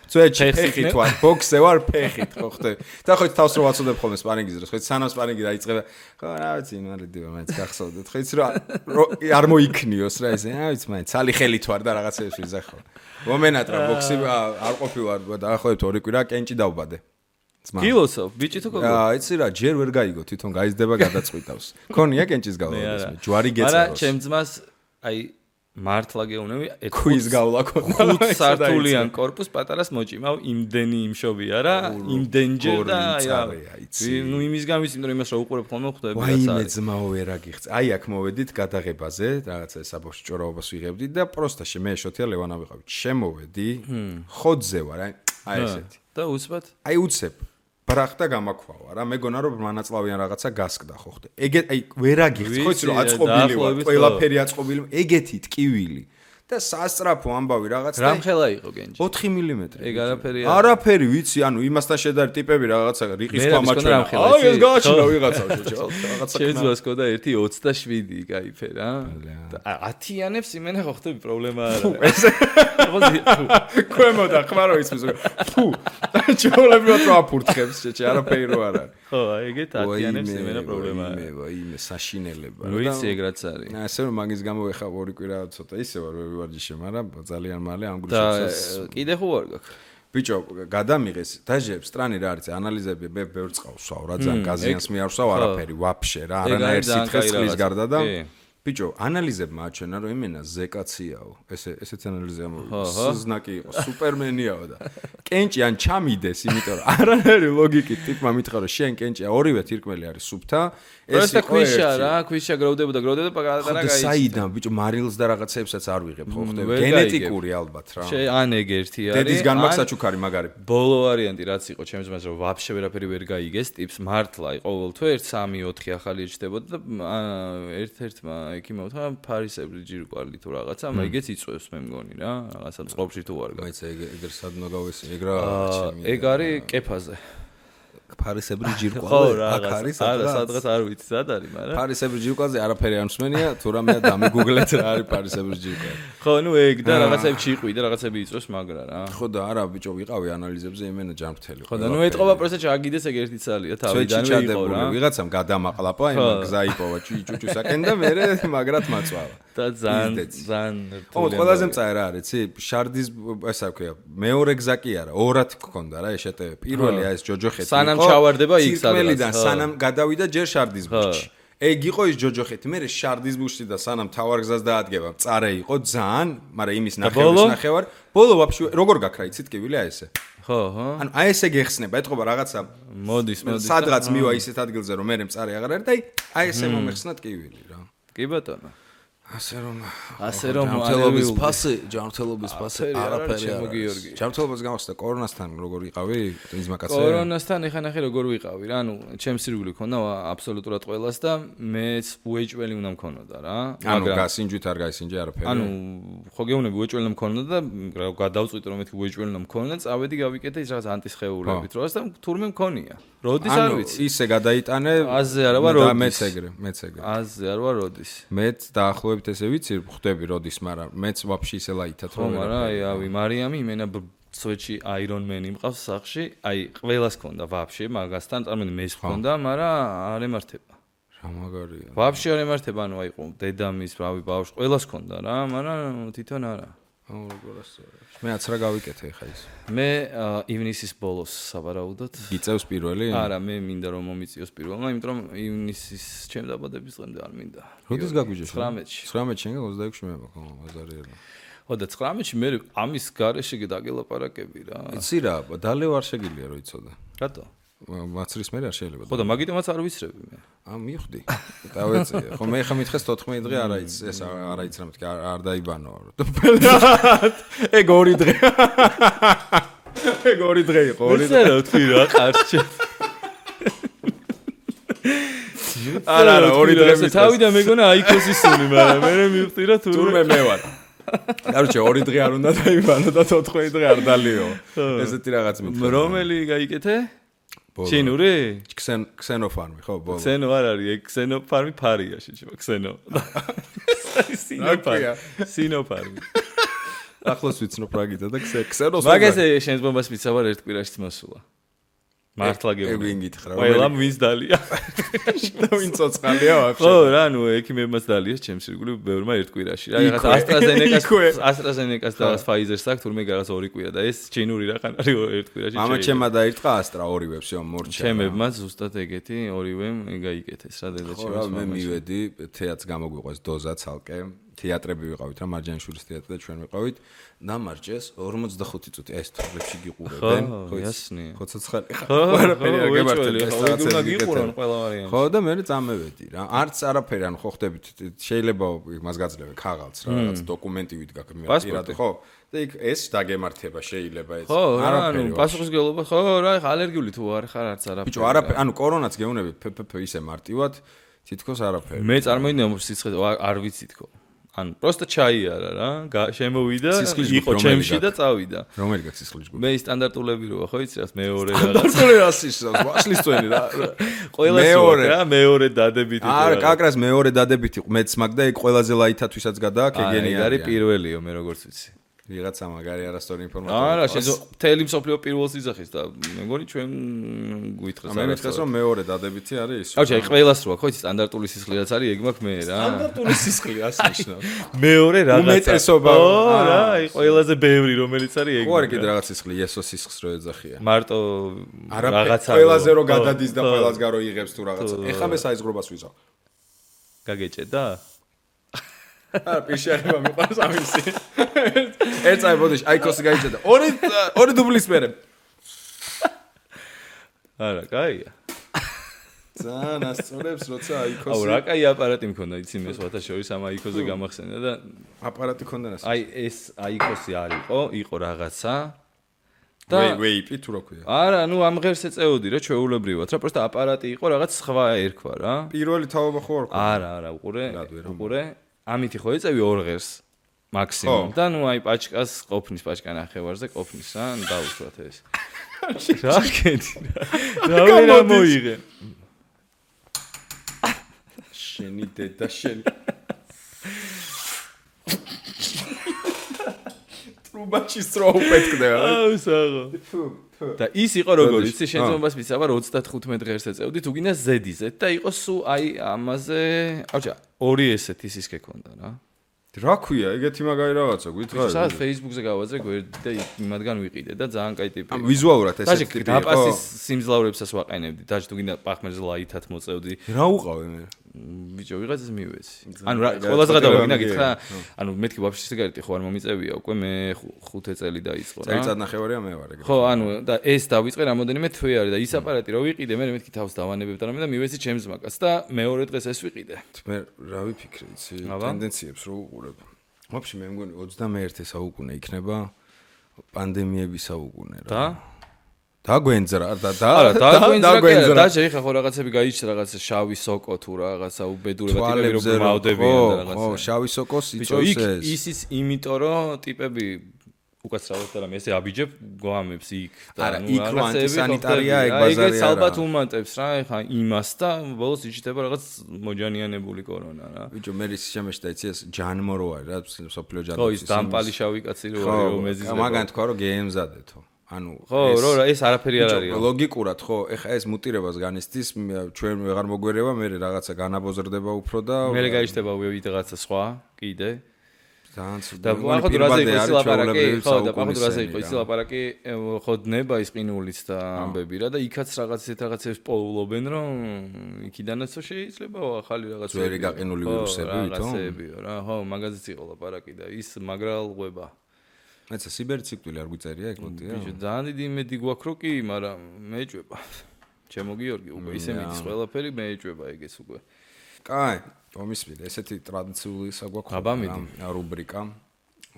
წვეთში
ფეხით
ფეხით
მე-
ვარ, ბოქსზე ვარ ფეხით, ხო ხდები. და ხო თავს რო ვაწოდებ ხოლმე სპარინგიზე, ხო სანამ სპარინგი დაიწყება, ხო რა ვიცი, ინვალიდი ვარ, მაინც გახსოვდეთ, ხო იცი რა რო- არ მოიქნიოს რა ესე, რა ვიცი, მაინც ცალი ხელით ვარ და რაღაცებს ვიზახო. მომენად რა ბოქსი ა, არ ყოფილვარ დაახლოებით ორი კვირა კენჭი დავბადე. ძმა.
გილოსო, ბიჭი თუ გოგო.
აა, იცი რა, ჯერ ვერ გაიგო, თვითონ გაიზდება გადაწყვიტავს. ქონია კენჭის
მე
გალავდეს,
არა.
ჯვარი
არა,
გეწევს.
ჩემ ძმას აი მართლა გეუნები ერთ
Quiz
ხუთს-
[laughs] გავლაქონა,
ხუთ
ესე
სართულიან
დაიწყე.
კორპუს პატარას მოჭიმავ იმდენი იმშობი არა იმდენჯერ
ორი
და აი რა
მწარეა, იცი.
ვი- ნუ იმის გამის იმიტომ რომ იმას რა უყურებ ხოლმე ხვდები რაც
ვაიმე
არის
ძმაო ვერ აგიხც. აი აქ მოვედით გადაღებაზე, რაღაცა საბავშვო ჭორაობას ვიღებდით და პროსტაში მე შოთია ლევანა ვიყავით. შემოვედი, ხოძე ვარ, აი აი ესეთი.
და უცბად
აი უცებ ბრახტა გამაქواვა რა მეგონა რომ მანაწლავიან რაღაცა გასკდა ხო ხდე ეგე აი ვერ აგიხს ხო იცი რომ
ვიცი,
აწყობილი ვარ
დაახლოებით, ხო.
ყველაფერი აწყობილი ეგეთი ტკივილი და სასტრაფო ამბავი რაღაც და
რამ ხელა იყო გენჯი
4 მილიმეტრი.
ეგ არაფერი არ-
არაფერი ვიცი, ანუ იმასთან შედარი ტიპები რაღაცა
მე
რიყის
რა მის
ქვამაჩვენა.
კონდა რამ ხელა,
აი ეს
იცი?
გააჩნდა
ხო. [laughs]
ვიღაცა შეჭა. რაღაცა
შეიძლება სკოდა 1.27 გაიფე რა. და 10-იანებს იმენა ხო ხდები პრობლემა [laughs] არა. ეს
ქვემოდა ხმარო ისმის. ფუ. ჩაოლებიოთ რა აფურთხებს შეჭა, არაფერი რო არ არის.
[laughs] ხო, აი ეგეთ 10-იანებს იმენა პრობლემა არა.
იმე, იმე საშინელება.
ნუ
რა.
იცი ეგ რაც არის.
აი, ასე რომ მაგის გამო ეხა ორი კვირა ცოტა ისე ვარ ვერ ვარჯიშე, მაგრამ ძალიან მალე ამ
და
გრუშებს
ე, კიდე ხო არ გაქვს?
ბიჭო, გადამიღეს, დაჟებს, სტრანი რა არის, ანალიზები მე ბევრს ყავსავ რა, ძალიან გაზიანს მე არ ვსავ არაფერი, ვაფშე რა,
ეგ არის
არანაირ
ძალიან კაი
სითხესხლის
რაღაცა.
გარდა და
კი.
ბიჭო, ანალიზებმა აჩვენა რომ იმენა ზეკაციაო, ესე ესეც ანალიზი ამოვიდა. ზნაკი იყო, სუპერმენიაო და კენჭი ან ჩამიდეს, იმიტომ რომ არანაირი ლოგიკით ტიპმა მითხრა რომ შენ კენჭია ორივე თირკმელი არის სუფთა, ეს
პროსტა
იყო
ქვიშა
ერთი.
რა, ქვიშა გროვდებოდა, გროვდებოდა, პატარა
ხოდა
გაიჩი.
საიდან ბიჭო მარილს და რაღაცეებსაც არ ვიღებ ხო ხდება
ვერ გაიგებ.
გენეტიკური ალბათ რა
შე ან ეგ ერთი არის.
დედის განმაკ
ან-
საჩუქარი მაგარი
ბოლო ვარიანტი რაც იყო ჩემს მას რომ ვაფშე ვერაფერი ვერ გაიგეს ტიპს მართლა იყო ყოველთვე 1-3-4 ახალი ეჩდებოდა და მ, აა, ერთ-ერთმა ექიმმა უთხრა ფარისებრი ჯირკვალი თუ რაღაცა მე ეგეც იწვევს მე მგონი რა რაღაცა წყობში თუ არ გაქვს
მაიც ეგ ეგ სადნო გავეს ეგ რა
აა,
ჩემი
ეგ არის კეფაზე
[laughs] ფარისებრი
ხო
ჯირკვალზე აქ
რაღაც
არის
არა
სადღაც
სადღაც არ ვიცი სად არის მაგრამ
ფარისებრი ჯირკვალზე არაფერი არ მსმენია თუ რა მე დამიგუგლეთ რა არის ფარისებრი ჯირკვალი
ხო ნუ ეგ და რაღაცებში იყვი და რაღაცები იწვევს მაგრა რა
[laughs] ხო და არა ბიჭო ვიყავი ანალიზებზე იმენა ჯამრთელი
ხო და ნუ ეტყობა პროსტა ჩააგიდეს ეგ ერთი ცალი და თავიდან
ცვეჩი
იყო რა
ჩადებული ვიღაცამ გადამაყლაპა იმ გზა იპოვა ჩუჩუ საკენ და მე მაგრად მაწვალა
და ძალიან
იზდეცი.
ძალიან
ო,
რთული
ყველაზე
ამბავია.
მწარე რა არის, იცი? შარდის ესა ქვია, მეორე გზა კი არა, ორად გქონდა რა ეშეტე. პირველი
ხო.
აი ეს ჯოჯოხეთი.
სანამ
იყო,
ჩავარდება იქ სადღაც,
ცირკმელიდან
ხო.
სანამ გადავიდა ჯერ შარდის
ხო.
ბუჩში. ეგ იყო ის ჯოჯოხეთი, მე შარდის ბუჩში და სანამ თავარ გზას დაადგება, მწარე იყო ძალიან, მაგრამ იმის ნახევრის
ბოლო?
ნახევარ, ბოლო ვაფშე როგორ გაქრა იცით ტკივილი აი ესე.
ხო ხო
ანუ აი ესე გეხსნება, ეთყობა რაღაცა
მოდის მოდის და-
სადღაც მივა ისეთ ადგილზე, რომ მე მწარე აღარ არის და აი აი ესე მომეხსნა ტკივილი რა.
კი ბატონო
ასე რომ
ასე რომ
ჯანმრთელობის ფასი, ჯანმრთელობის ფასი
არაფერი არ არის
არაფერი
ჩემო
არ არის.
გიორგი.
ჯანმრთელობას გამოსდა კორონასთან როგორ იყავი იზმაკაცე
კორონასთან ეხანახე როგორ ვიყავი რა, ანუ ჩემს სირგული ქონდა ვა- აბსოლუტურად ყველას და მეც უეჭველი უნდა მქონოდა რა.
ანუ გასინჯვით არ გაისინჯე არაფერი
ანუ ხო გეუბნები უეჭველი უნდა მქონოდა და მ, რა გადავწვით რომ მეთქი უეჭველი უნდა მქონოდა, წავედი გავიკეთე ის რაღაც ანტისხეულებით როს და თურმე მქონია. როდის არ ვიცი.
ისე გადაიტანე
აზე არა ვარ
და
როდის.
მეც ეგრე მეც ეგრე
აზე არ ვარ როდის.
მეც დაახლოებით ესე ვიცი ხვდები როდის მაგრამ მეც ვაფშე ისე ლაითათ
ხო, მაგრამ აი ავი მარიამი იმენა სვეჩი აირონმენი მყავს სახში, აი ყველას ქონდა ვაფშე, მაგასთან წარმოიდგინე მეც ქონდა, მაგრამ არ ემართება.
რა მაგარია
ვაფშე არ ემართება, ანუ აი ყო დედამის, რავი, ბავშვი, ყველას ქონდა რა, მაგრამ თვითონ არა.
აუ როგორ ასწორებს მეაც რა გავიკეთე ხა ის
მე აა, ივნისის ბოლოს სავარაუდოდ
გიწევს პირველი
არა, მე მინდა რომ მომიწიოს პირველმა, იმიტომ რომ ივნისის ჩემ დაბადების დღემდე არ მინდა.
როდის
გიორგი,
გაგვიჯეშ
19-ში.
19 შენ 26 მე მაქვს ხო აზარი არა
ხო და 19-ში მე ამის გარეშე დაგელაპარაკები რა.
იცი რა დალევ არ შეგიძლია რომ იცოდა
რატო?
მაცრის მე არ შეიძლება
ხო და მაგიტომაც არ ვიცრები მე.
ამ მიხვდი. დავეწე. [laughs] ხო მე ხა მითხეს 14 დღე არ აიც ეს არ- არ აიც რა მეთქი არ არ დაიბანო. [laughs] ეგ ორი დღე. [laughs] ეგ ორი დღე იყო, [laughs] ორი
რა თქვი რა ყარჩე.
არა, არა, ორი დღე მისდევს.
თავიდან მეგონა აიქოს ისული, მაგრამ მე მივხვდი რა თუ
თურმე მე ვარ. კაროჩე, ორი დღე არ უნდა დაიბანო და 14 დღე არ დალიო. ესეთი რაღაც მითხრა.
რომელი გაიკეთე?
ბოლო.
ჩინური?
ქსენ ქსენოფარმი ხო ბოლო.
ქსენო არ არის, ეგ ქსენოფარმი ფარია შეჭიმა, [laughs] ქსენო. სინოფარმი.
რა ქვია?
სინოფარმი.
ახლოს ვიცნობ რა გიდა და ქსე ქსენოს.
მაგაზე შენს ბომბას მიცავარ ერთ კვირაშიც მოსულა. მართლა
ეგ ვინ
გეუბნები.
გითხრა?
ყველა ვის დალია.
და ვინ [laughs] წოწყალია
ხო,
ვაფშე.
რა, ნუ ექიმებმაც დალიეს ჩემს ირგული ბევრმა ერთ კვირაში რა.
იქვე,
რაღაც AstraZeneca-ს,
იქვე.
AstraZeneca-ს და Pfizer-ს აქვს თურმე რაღაც ორი კვირა და ეს ჩინური რა ხან არის ორი- ერთ კვირაში.
მამა
შეიძლება.
ჩემმა დაირტყა ასტრა ორივებს რომ მორჩა.
ჩემებმა ზუსტად ეგეთი ორივე გაიკეთეს რა
ხო რა
დედაჩემს.
მე მივედი თეაც გამოგვიყვეს დოზა ცალკე თეატრები ვიყავით რა მარჯანიშვილის თეატრზე ჩვენ ვიყავით
დამარჯეს 45 წუთი ეს თვალებში გიყურებენ
ხო, იასნია.
ხოცოცხალი ხარ
ხო,
ყველაფერი არ
უეჭველი,
გებართეთ ეს
ხო, იგი
რაღაცები
უნდა
გიკეთებენ.
გიყურონ ყველა ვარიანტი.
ხო და მე წამევედი რა არც არაფერი ანუ ხო ხდებით შეიძლება მას გაძლევენ ქაღალდს რა რაღაც დოკუმენტი ვიდგაქ მე
პასპორტი.
ხო და იქ ეს დაგემართება შეიძლება ეს
ხო, რა, ანუ
არაფერი ვარ.
პასუხისგებლობა, ხო, რა, ეხა ალერგიული თუ არ ხარ, არც არაფერი.
ბიჭო არაფერი ანუ კორონაც გეუნებით ფფფ ისე მარტივად თითქოს არაფერი
მე წარმოიდგინე რომ სიცხე არ- არ ვიცი თქო. ანუ просто ჩაი არა რა, გა- შემოვიდა,
სისხლის
იყო
ჯგუფი რომელი
ჩემში და წავიდა.
რომელი გაქვს ის ხლი ჯგუფი
მე ის სტანდარტულები როა, ხო იცი რა, მეორე რა.
დარტული რასის
[laughs]
ვაშლის წვენი რა რა.
ყველა
მეორე.
სულ რა, მეორე დადებითი. თუ
არ
რა.
კაკრას მეორე დადებითი მეც მაგდა ეგ ყველაზე ლაითათვისაც გადააქ
აი,
ეგენი
ეგ არის პირველიო, მე როგორც ვიცი.
ვიღაცა მაგარი არასწორი ინფორმაცია
არა,
გყავს.
შეიძლება მთელი მსოფლიო პირველს იძახის და მე მგონი ჩვენ გვითხრეს
მე მითხრეს რომ მეორე დადებითი არის ის
კაუჩი, აი ყველას რო აქვს, ხო იცი, სტანდარტული სისხლი რაც არის, ეგ მაქვს მე რა.
სტანდარტული სისხლი ასე ნიშნავს
მეორე რაღაცა.
უმეტესობა.
ო, რა,
აა,
აი ყველაზე ბევრი რომელიც არის ეგ.
ხო არ კიდე
რა.
რაღაც სისხლი ესოს სისხლს რო ეძახია
მარტო
რაღაცა
რაღაცა.
ყველაზე რო
ხო,
გადადის და
ხო,
ყველასგან რო იღებს თუ რაღაცა
ხო.
ეხლა მე საიზღრობას ვიზავ
გაგეჭედა?
არა პირში არება მიყვარს [laughs] ამისი ერთ წაი ბოდიში აიკოსი გაიჭედა ორი ორი დუბლის მერე
არა, კაია.
ძალიან ასწორებს როცა
აუ,
აიკოსი
რა კაი apparati მქონდა, იცი მე სხვათა შორის ამ აიქოზე გამახსენა და
აპარატი ქონდა რას
აი ეს აიქოსი არისო, იყო რაღაცა. და
ვეი ვეიპი თუ რა ქვია
არა, ну ამ ღერს ეწეოდი რა, ჩვეულებრივად რა, просто აპარატი იყო, რაღაც სხვა ერქვა რა.
პირველი თავობა ხო არ ქონდა
არა, არა, უყურე,
რადვე, რა.
უყურე. ამითი ხო ეწევი ორ ღერს მაქსიმუმ
ხო.
და ну აი პაჩკას ყოფნის პაჩკა ნახევარზე ყოფნის რა, ნუ დავუშვათ ეს. რა გედი რა. რავი რა მოიღე.
შენი დედა შენი ტრუბაში სწრო უპეთკდება რა.
აუ საღო. და ის იყო როგორ იცი
აა.
შენძომას მისცა ვარ 35 დღეს ეწევდი თუ გინდა ზედიზე და იყო სუ აი ამაზე აუჩა ორი ესეთი სისქე ქონდა რა
რა ქვია, ეგეთი მაგარი რაღაცა გითხრა.
სადაც Facebook-ზე გავაძრე გვერდი და იქ იმათგან ვიყიდე და ძალიან კაი ტიპი
ამ
იყო.
ვიზუალურად ეს
დაჟე დაპასის სიმძლავრებსაც ვაყენებდი. დაჟე თუ გინდა პახმერზე ლაითად მოწევდი.
რა უყავე მე?
ბიჭო, ვიღაცას მივეცი. ანუ რა
კარგი,
ყველაზე
ცოტა
გადავაგინა
რამე
გითხრა, ანუ მეთქი ვაფშე სიგარეტი ხო არ მომიწევია, უკვე მე 5 წელი დაიწყო რა.
წაიწადნახევარია მე ვარ ეგ.
ხო, ანუ და ეს დავიწყე რამოდენიმე თვე არის და ის აპარატი რო ვიყიდე, მე მეთქი თავს დავანებებ და რამე და მივეცი ჩემს მაკას და მეორე დღეს ეს ვიყიდე.
მე რა ვიფიქრე, იცი,
აბა?
ტენდენციებს რო უყურებ. ვაფშე მე მგონი 21 საუკუნე იქნება პანდემიების საუკუნე რა.
და
დაგვენძრა და [laughs] და
არა, დაგვენძრა კი არა, დაჟე ეხა ხო რაღაცები გაიჩნდა, რაღაცა შავი სოკო თუ რაღაცა უბედურება ტიპები
თვალებზე
რომ
რო
მავდებიან და
ხო,
რაღაცა.
შავი სოკოს
ბიჭო, იქ
იწოს ეს.
ისიც იმიტომ რომ ტიპები უკაცრავად და რამე ესე აბიჯებ გვამებს იქ და
არა,
ნუ
იქ რომ
რაღაცეები
ანტისანიტარია,
ხობდები.
ეგ
აი,
ბაზარი
ეგეც
არა.
ალბათ უმანტებს რა, ეხა იმას და ბოლოს იჩიტება რაღაც მოჯანიანებული კორონა რა.
ბიჭო მე ის შემეში დაიცი ეს ჯანმო რო არის რა სოფლიო ჯანმო
ხო, ის დამპალი შავი კაცი რო არის რომ
ხო
მეზიზრება.
მაგან თქვა რომ გეემზადეთო ანუ
ხო, რო რა, ეს არაფერი არ
ბიჭო,
არის. რა.
ლოგიკურად ხო ეხა ეს მუტირებას განისტის მ- ჩვენ ვეღარ მოგვერევა მე რაღაცა განაბოზრდება უფრო და
მერე გაიჩნდება ვიდ რაღაცა სხვა კიდე
ძალიან
და ახლა რაზე იყო ის ლაპარაკი ხო და ახლა რაზე იყო ის ლაპარაკი ე, ხო დება ის ყინულიც და ამბები რა და იქაც რაღაცეთ რაღაცებს პოულობენ რომ იქიდანაც რომ შეიძლება ახალი რაღაც
ძველი გაყინული ვირუსები,
თო
თო?
რაღაცეებიო რა ხო მაგაზეც იყო ლაპარაკი და ის მაგრალ ღვება
მეც სიბერციკლი არ გვიწერია ეგ ლოტია
ბიჭო ძალიან დიდი იმედი გვაქვს რო კი მაგრამ მეეჭება [laughs] ჩემო გიორგი უკვე ისე მიდის ყველაფერი მეეჭება ეგეც უკვე
კაი, მომისმინე ესეთი ტრადიციული საგვაქვს
აბა, მიდი.
რა, რუბრიკა.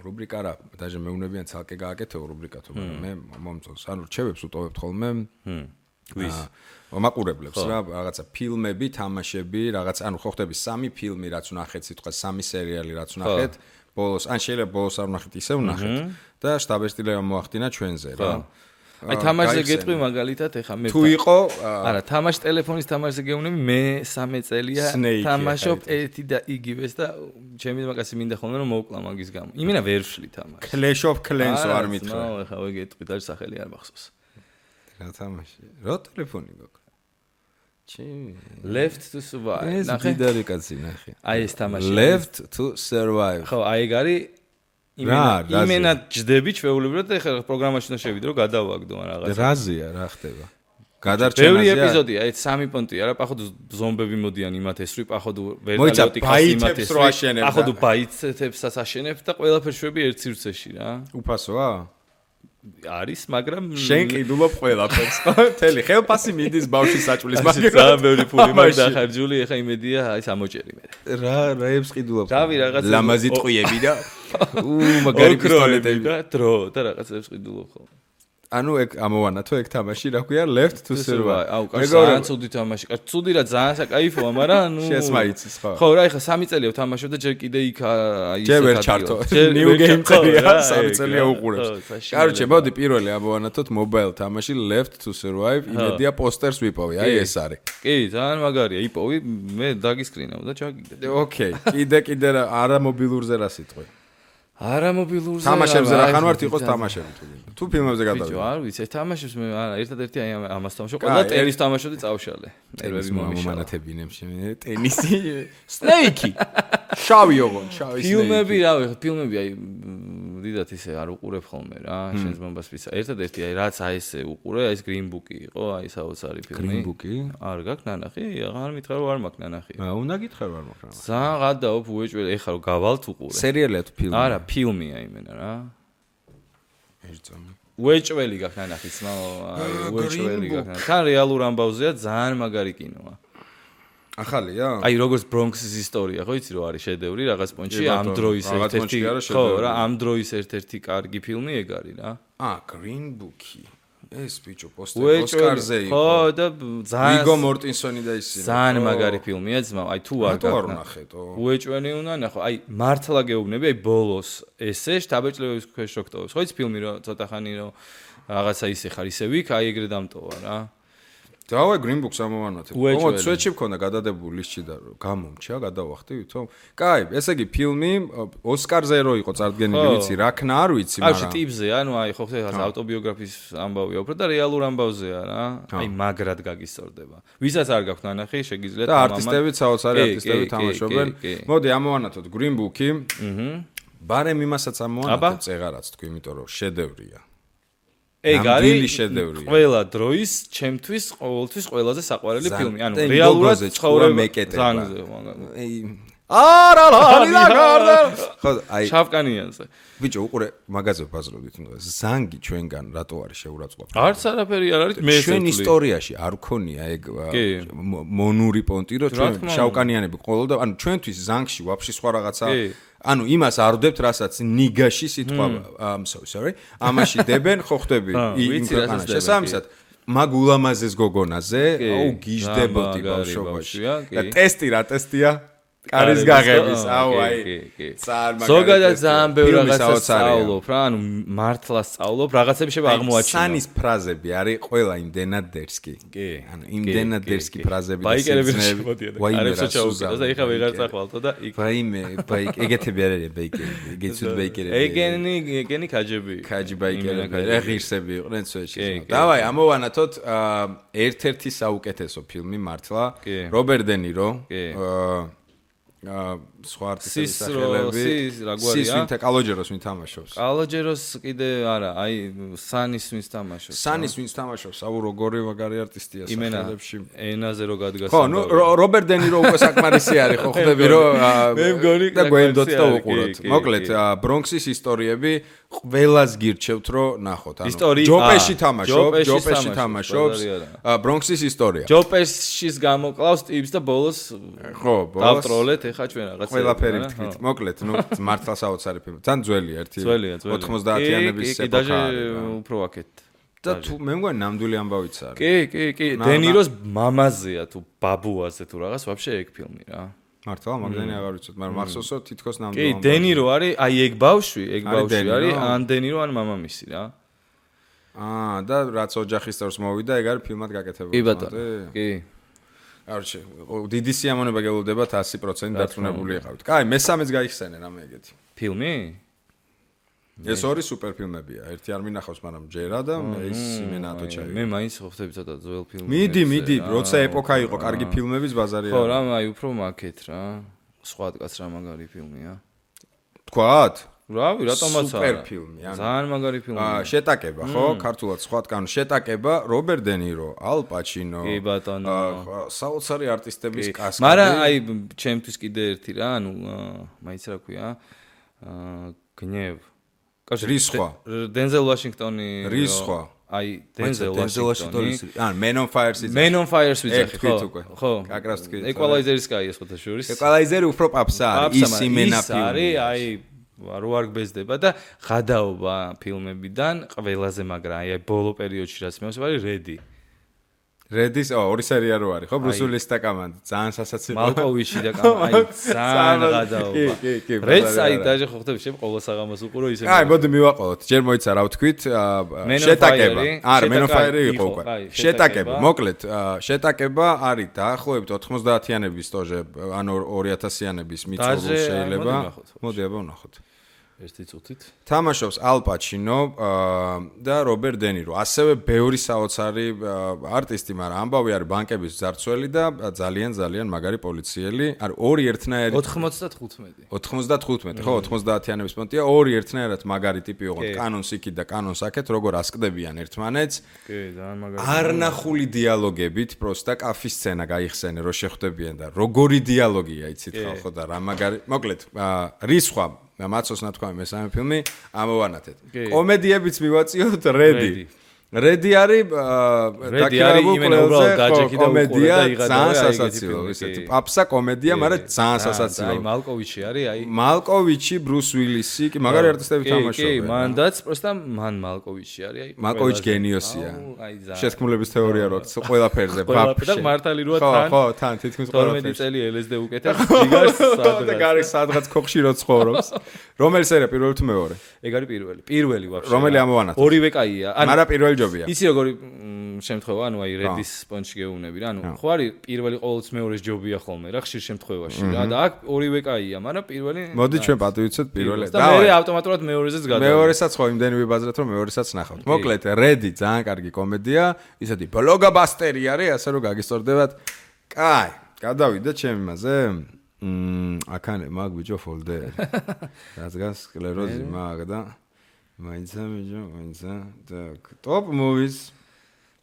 რუბრიკა რა, დაჟე მეუნებიან ცალკე გააკეთეო რუბრიკათო, მაგრამ მე მომწონს. ანუ რჩევებს უტოვებთ ხოლმე. ჰმ. ვის? მაყურებლებს რა, რაღაცა ფილმები, თამაშები, რაღაც, ანუ ხო ხტები სამი ფილმი რაც ვნახეთ, სიტყვა სამი სერიალი რაც ვნახეთ, ბოლოს, ან შეიძლება ბოლოს არ ვნახეთ, ისე ვნახეთ და შტაბეშტილება მოახდინა ჩვენზე რა.
აი თამაშზე
გაიხსენე.
გეტყვი მაგალითად ეხა მე
თუ იყო აა,
არა, თამაშ ტელეფონის თამაშზე გეუნები მე სამე წელია
Snake-ია,
თამაშობ
ხარიტა.
ერთი და იგივეს და ჩემი მაგასი მინდა ხოლმე რომ მოვკლა მაგის გამო. იმენა ვერ ვშლი თამაშს.
Clash of Clans არ მითხრა.
ნო, ეხა ვე გეტყვი და სახელი არ მახსოვს.
რა თამაში? რა ტელეფონი გაქვს? ჩემი
Left to survive.
ეს
ნახე.
მდიდარი კაცი ნახე.
აი ეს თამაში.
Left to survive.
ხო, აი ეგ არის
რა,
იმენა
რაზე?
იმენა ჯდები ჩვეულებრივად და ეხლა პროგრამაში უნდა შევიდე რომ გადავაგდო ან რაღაცა.
რაზეა რა ხდება? გადარჩენაზე
ბევრი
არ-
ეპიზოდია, ეს სამი პონტი არა, ახოდ ზომბები მოდიან იმათ ესრი, ახოდ
მოიცა,
ვერტალიოტიკას იმათ
ბაიტებს რო
ესრი,
აშენებს და-
ახოდ ბაიტებსაც აშენებს და ყველაფერს შვები ერთ სივრცეში რა.
უფასოა?
არის, მაგრამ
შენ კიდულობ [laughs] ყველაფერს. მთელი ხელფასი მიდის ბავშვის [laughs] საჭმლის
მაგის
მაგერად.
ძალიან ბევრი ფული მაგ
ამაში.
დახარჯული, ეხა იმედია აი სამოჭერი მე.
რა რაებს ყიდულობ?
რავი, რაღაცა-
ლამაზი ტყუები და უუ მაგარი
ოქროები
პისტოლეტები.
და დრო და რაღაცებს ყიდულობ ხოლმე.
ანუ ეგ ამოვანა თუ ეგ თამაში რა ქვია left to survive.
აუ,
მეგობრებო,
ძალიან ცუდი თამაში. კაც ცუდი რა, ძალიან საკაიფოა, მაგრამ ნუ
შესმაიცის, ხო.
ხო, რა, ეხა 3 წელი ვთამაშობ და ჯერ კიდე იქ აა, ის
ჯერ ვერ
ეხა
ჩართო.
დიო. ჯერ
New
ვერ ჩა-
Game
ხო,
წელია,
რა,
სამი
ეგ,
წელია
რა,
უყურებს.
ხო, საშინელი
კაროჩე,
რა.
მოდი პირველი ამოვანათოთ mobile თამაში left to survive. იმედია პოსტერს ვიპოვი, აი
კი.
ეს არის.
კი, ძალიან მაგარია, იპოვი, მე დაგისკრინავ და ჩაგიდე.
ოკეი, კიდე კიდე რა არა მობილურზე რა სიტყვი.
არა მობილურზე.
თამაშებზე
არა,
რა
აი,
ხან ვართ
ზოგადად.
იყოს თამაშები თუ გინდა. თუ ფილმებზე გადავიდეთ.
ბიჭო, არ ვიცი, ეს თამაშებს მე არა, ერთადერთი აი ამ- ამას თამაშობ.
კაი,
ყველა
ერთ-
ტენის თამაშობდი წავშალე. ნერვები მომიშალა.
მომანათებინებს
[laughs]
ტენისი სნეიკი შავი ოღონ შავი
ფილმები რავი ხო, ფილმები აი მ, დიდათ ისე არ უყურებ ხოლმე რა შენს მომბას ვისა ერთადერთი აი რაც აი ესე უყურე აი ეს გრინ ბუკი იყო აი საოცარი ფილმი
Green Book-ი?
არ გაქვს ნანახი აღარ მითხრა რომ არ მაქვს ნანახი
რა უნდა გითხრა რა მაგრამ
ძალიან გადაობ უეჭველი ეხლა რომ გავალთ უყურე
სერიალია თუ ფილმი
არა ფილმია იმენა რა
ერწონი
უეჭველი გაქვს ნანახი ძმაო აი უეჭველი გაქვს ნანახი. თან რეალურ ამბავზეა ძალიან მაგარი კინოა
ახალია
აი როგორც ბრონქსის ისტორია ხო იცი რომ არის შედევრი რაღაც პონჩი
კი,
ამ
ბატონო,
დროის
რაღაც
ერთ-ერთი
პონჩი არა,
ხო
შედევრი.
რა ამ დროის ერთ-ერთი კარგი ფილმი ეგ არის რა
ა გრინ ბუკი ეს ბიჭო პოსტერი ოსკარზე
უეჭველი
იყო
ხო და ძალიან
ვიგო მორტინსონი და ისინი
ძალიან
ხო?
მაგარი ფილმია ძმა აი თუ არ
რატო არ
გახნა-
ვნახეთო?
უეჭველი უნდა ნახო აი მართლა გეუბნები აი ბოლოს ესე შთაბეჭდილების ქვეშ შოქტოვებს ხო ის ფილმი რომ ცოტა ხანი რომ რაღაცა ისე ხარ ისე ვიქ აი ეგრე დამტოვა რა
დავე გრინ ბუკს ამოვანათებ
უეჭველი.
ოღონდ სვეჩი მქონდა გადადებული ლისტში და რომ გამომჩა გადავახტე ვითომ კაი ესე იგი ფილმი ო, ოსკარზე რო იყო წარდგენილი
ხო.
ვიცი რა ქნა არ ვიცი
აი
მაგრამ
ტიპზე ანუ აი ხო ხდება ეს ავტობიოგრაფიის ამბავია უფრო და რეალურ ამბავზეა რა აი მაგრად გაგისწორდება ვისაც არ გაქვთ ნანახი შეგიძლიათ
და
ამ ამან-
არტისტები საოცარი
კი, კი,
არტისტები
კი,
თამაშობენ.
კი, კი.
მოდი ამოვანათოთ Green Book-ი. აჰა. ბარემ იმასაც
აბა?
ამოვანათოთ წეღარაც თქვი, იმიტომ რომ შედევრია.
ეგ
ნამდვილი
არის
შედევრია.
ყველა დროის, ჩემთვის, ყოველთვის ყველაზე საყვარელი
ზან-
ფილმი. ანუ
და იმ
რეალურად
გოგოზე
ცხოვრება
ჭკუა მეკეტება.
ზანგზე, მაგრამ.
აი არა რა, არა გარდა. ხო, აი
შავკანიანზე.
ბიჭო, უყურე მაგაზე ვფაზრობდით უნდა. ზანგი ჩვენგან რატო არის შეურაცხყოფილი?
არც არაფერი არ არის მე
ჩვენ
ესეთლი.
ისტორიაში არ გქონია ეგ აა,
კი.
მ- მონური პონტი რომ
რა
ჩვენ
თქმა უნდა.
შავკანიანები ყოველდა ანუ ჩვენთვის ზანგში ვაფშე სხვა რაღაცა
კი.
ანუ იმას არ ვდებთ რასაც ნიგაში სიტყვა I'm so sorry ამაში დებენ ხო
[laughs]
ხდები ი- იმ
ხა, ვიცი რასაც
ქვეყანაში
დებენ,
შესაბამისად მაგ ულამაზეს გოგონაზე
კი,
აუ გიждებოდი
რა მაგარი
ბავშვობაში
ბავშვია, კი.
და ტესტი რა ტესტია კარის
კარის
გაღების
გა-
აუ
კი,
აი
კი, კი.
ძალიან მაგარი
ზოგადად
ტესტია.
ძალიან ბევრ
ფილმი
რაღაცას
საოცარია.
სწავლობ რა, ანუ მართლა სწავლობ, რაღაცები შევა აღმოაჩინა.
სანის ფრაზები არის ყველა იმდენად დერსკი.
კი.
ანუ იმდენად დერსკი ფრაზები
ბაიკერები
სიძნეები.
შემოდიან.
ვაიმე
არებსო
რა
ჩაუკიდოს და
სუზავენ
ეხა ვეღარ
ბაიკერი.
წახვალთო და იქ
ვაიმე ბაიკ ეგეთები არ არიან ბაიკერები, ეგეცუდ ბაიკერები.
ეგენი ეგენი ქაჯები.
კაჯი ბაიკერები, რა ღირსები იყვნენ სვეჩში.
კი, კი.
დავაი, ამოვანათოთ აა, ერთ-ერთი საუკეთესო ფილმი მართლა.
კი.
რობერტ დე ნირო.
კი.
აა, აა სხვა არტისტების
სის რო-
სახელები.
სის რა გვარია?
სის ვინ თა- კალოჯეროს ვინ თამაშობს?
ალოჯეროს კიდე არა, აი სანის ვინც თამაშობს.
სანის ვინც თამაშობს, აუ როგორი მაგარი არტისტია
იმენა
სახელებში.
ენაზე რო გადგას
ხო, ნუ რო- რობერტ დე ნირო უკვე საკმარისი არის,
[laughs]
ხო ხდები რომ აა,
მე მგონი
და გვეიმდოთ
საკმარისი
და
არის,
უყუროთ.
კი, კი,
მოკლედ,
კი.
აა, ბრონქსის ისტორიები ყველას გირჩევთ რომ ნახოთ. ანუ
ისტორიი-
ჯოპეში
აა,
თამაშობ,
ჯოპეში
ჯოპეში
თამაშობს,
თამაშობს.
ყველარი არა.
აა, ბრონქსის ისტორია.
ჯოპესშის გამოკლავს ტიპს და ბოლოს
ხო, ბოლოს
დავტროლეთ ეხა ჩვენ რაღაცა
ყველაფერი ვთქვით. მოკლედ, ნუ მართლა საოცარი ფილმი. ძალიან ძველია ერთი
ძველია, ძველია.
90-იანების
კი, კი,
ეპოქა.
დაჟე
არის, რა.
უფრო ვაკეთ.
და თუ მე მგონი ნამდვილი ამბავიც არის.
კი, კი, კი,
ნა-
დენიროს მამაზეა თუ ბაბუაზე თუ რაღაც ვაფშე ეგ ფილმი რა.
მართლა მაგდანი აღარ ვიცით, მაგრამ მახსოვსო თითქოს
კი,
ნამდვილი. ამბავი.
დენირო არის, აი ეგ ბავშვი, ეგ
არის
ბავშვი
დენირო?
არის, ან დენირო ან მამამისი რა.
აა და რაც ოჯახის წევრს მოვიდა, ეგ არის ფილმად გაკეთებული.
კი ბატონო. კი.
არჩე, დიდი სიამონება გელოდებათ 100% დარწმუნებული იყავით. კაი, მესამეც გაიხსენე რამე ეგეთი.
ფილმი?
ეს ორი სუპერ ფილმებია. ერთი არ მინახავს, მაგრამ ჯერა და ეს იმენატო
მე
ჩაი.
მაინც ხო ხდები ცოტა ძველ ფილმი.
მიდი, მიდი, როცა ეპოქა იყო, კარგი ფილმების ბაზარი
ხო,
არა.
რა, აი უფრო მაქეთ რა. სხვა კაც რა მაგარი ფილმია.
თქვათ?
რავი, რატომაც არა.
სუპერ ფილმი, ანუ.
ძალიან მაგარი ფილმი.
აა შეტაკება, ხო? ქართულად სხვათკან შეტაკება რობერტ დე ნირო, ალ პაჩინო.
კი, ბატონო.
აა, საოცარი არტისტების კასკადი.
მაგრამ აი ბ- ჩემთვის კიდე ერთი რა, ანუ აა, მაიც რა ქვია? აა გნევ. კაშ
რისხვა.
დენზელ ვაშინგტონი. რო-
რისხვა.
აი დენზელ
დენზელ
ვაშინგტონი.
ვაშინგტონის
ან Men on Fire-ს იწერ.
Man on Fire-ს ვიძახი,
თქვით
ხო?
უკვე.
ხო.
კაკრას თქვით, არა.
Equalizer-ის კაია სხვათა შორის.
ეკვალაიზერი უფრო პაპსა არის,
პაპსა,
ის
მაგრამ
იმენა
ის
ფილმი.
არის, აი რო არ გბეზდება და გადაობა ფილმებიდან ყველაზე მაგრამ აი აი ბოლო პერიოდში რაც მევსვარი რედი
რედის, ო, ორი სერია რო არის, ხო? ბრუსულის და კამანდა. ძალიან სასაცილოა. [laughs]
[laughs] მალკოვიჩი და კამა აი ძალიან
ძალიან- კი, კი, კი,
გადაობა
ბატონო,
რედს
რა,
აი
რა.
დაჟე ხო ხტები შე ყოველ საღამოს უყურო ისე
აი, მოდი მივაყოლოთ. ჯერ მოიცა რა ვთქვით, აა,
Man on
შეტაკება.
Fire-ი.
არა, Men on
შეტაკა-
Fire
იყო,
იყო უკვე.
აი, შეტაკება.
შეტაკება, მოკლედ, აა, შეტაკება არის დაახლოებით 90-იანების სტოჟე, ანუ 2000-იანების მიწურულს
დაჟე, აი,
შეიძლება.
მოდი ვნახოთ.
მოდი აბა ვნახოთ.
ერთი წუთით
თამაშობს ალ პაჩინო აა, და რობერტ დენირო. ასევე ბევრი საოცარი აა, არტისტი, მაგრამ ამბავი არის ბანკების მძარცველი და ძალიან ძალიან მაგარი პოლიციელი. არის ორი ერთნაირი
95
95 ხო 90-იანების პონტია ორი ერთნაირად მაგარი ტიპი ოღონდ
კი.
კანონს იქით და კანონს აქეთ როგორ ასკდებიან ერთმანეთს
კი ძალიან მაგარი
არნახული диалოგებით პროსტა კაფის სცენა გაიხსენე რომ შეხვდებიან და როგორი диалოგია იცით ხალხო და რა მაგარი მოკლედ აა, რისხვა მაცოს ნათქვამი მესამე ფილმი ამოვანათეთ
კი.
კომედიებიც მივაწიოთ რედი
რედი.
რედი არის აა,
რედი
დაქირავულ
არის იმენა
კვლევზე,
უბრალოდ
ხო,
დაჯექი და
კომედია
უყურე და იღადავე,
ძალიან
აი, ეგეთი
სასაცილოა
ფილმი,
ესეთი
კი.
პაპსა კომედია მაგრამ ძალიან
აი
სასაცილოა
მალკოვიჩი არის აი
მალკოვიჩი, ბრუს უილისი, კი მაგარი არტისტები
კი,
თამაშობენ.
კი მანდაც პროსტა მან მალკოვიჩი არის აი
მალკოვიჩ
ყველაზე-
გენიოსია.
აუ, აი ძალიან
შეთქმულების თეორია რო აქვს ყველაფერზე
ყველაფერ
ბაბში.
და მართალი როა
ხო,
თან.
ხო, თან თითქმის
12
ყველაფერზე.
წელი LSD
[laughs]
უკეთებს ჯიგარს
და
სადღაც.
გარე სადღაც ქოხში რო ცხოვრობს. რომელი სერია პირველი თუ მეორე?
ეგ არის პირველი. პირველი ვაფშე.
რომელი ამოვანათოთ?
ორივე კაია.
მარა პირველი ჯობია.
იცი როგორი მ, შემთხვევა, ანუ აი რედის სპონჯი გეუნები რა, ანუ ხო არის პირველი ყოველც მეორეს ჯობია ხოლმე რა ხშირ შემთხვევაში რა და აქ ორივე კაია, მაგრამ პირველი
მოდი ჩვენ პატივიცეთ პირველი.
და
დავაი.
მე ავტომატურად მეორეზეც გადავა.
მეორესაც ხო იმდენი ვიბაზრეთ რომ მეორესაც ნახავთ. მოკლედ, რედი ძალიან კარგი კომედია, ისეთი ბლოგაბასტერი არის, ასე რომ გაგისტორდებათ. კაი, გადავიდა ჩემ იმაზე. მმ, აქანე მაგ ბიჭო
[laughs]
ფოლდერი. რადგან სკლეროზი მაგ და მაინცა ბიჭო, მაინცა და ტოპ მუვის.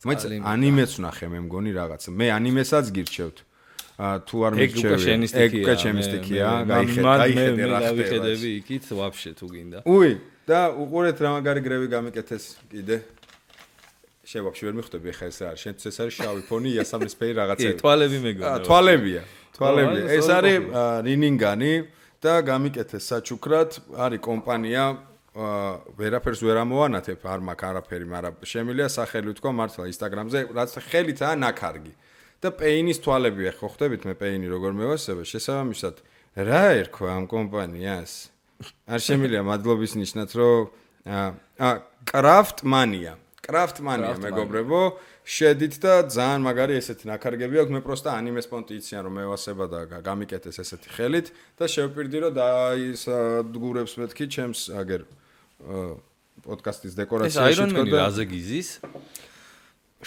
მაინც
წყალი მიტა.
ანიმეც ვნახე მე მგონი რაღაცა. მე ანიმესაც გირჩევთ. ა თუ არ
ეგ
მიგჩევია.
უკვე შენი
ეგ
სტიქია.
უკვე ჩემი სტიქია. გაიხედე,
გაიხედე
გაიხედე რა
რა ხდება.
ხდება. ეს.
გავიხედები იქით ვაფშე თუ
[laughs]
გინდა.
უი და უყურეთ რა მაგარი გრევი გამიკეთეს კიდე შევაფში ვერ მიხვდები ხა ეს რა არის შენც ეს არის შავი ფონი იასამნისფერი
კი,
რაღაცები
თვალები მეგონა.
აა, თვალებია თვალებია
აა,
ეს
სწორი
არის
ყოფილი.
აა, რინინგანი და გამიკეთეს საჩუქრად არის კომპანია აა, ვერაფერს ვერ ამოვანათებ არ მაქვს არაფერი მაგრამ შემილია სახელი ვთქვა მართლა ინსტაგრამზე რაც ხელითაა ნაკარგი და პეინის თვალებია ხო ხვდებით მე პეინი როგორ მევასება შესაბამისად რა ერქვა ამ კომპანიას არ შემიძლია მადლობის ნიშნად რომ აა, ა კრაფტმანია კრაფტმანია
Craftmania.
მეგობრებო შედით და ძალიან მაგარი ესეთი ნაკარგები აქვს მე პროსტა ანიმეს პონტი იციან რომ მევასება და გა- გამიკეთეს ესეთი ხელით და შევპირდი რომ დაისადგურებს მეთქი ჩემს აგერ აა, პოდკასტის
ეს
დეკორაციაში
Iron Man-ი რაზე გიზის?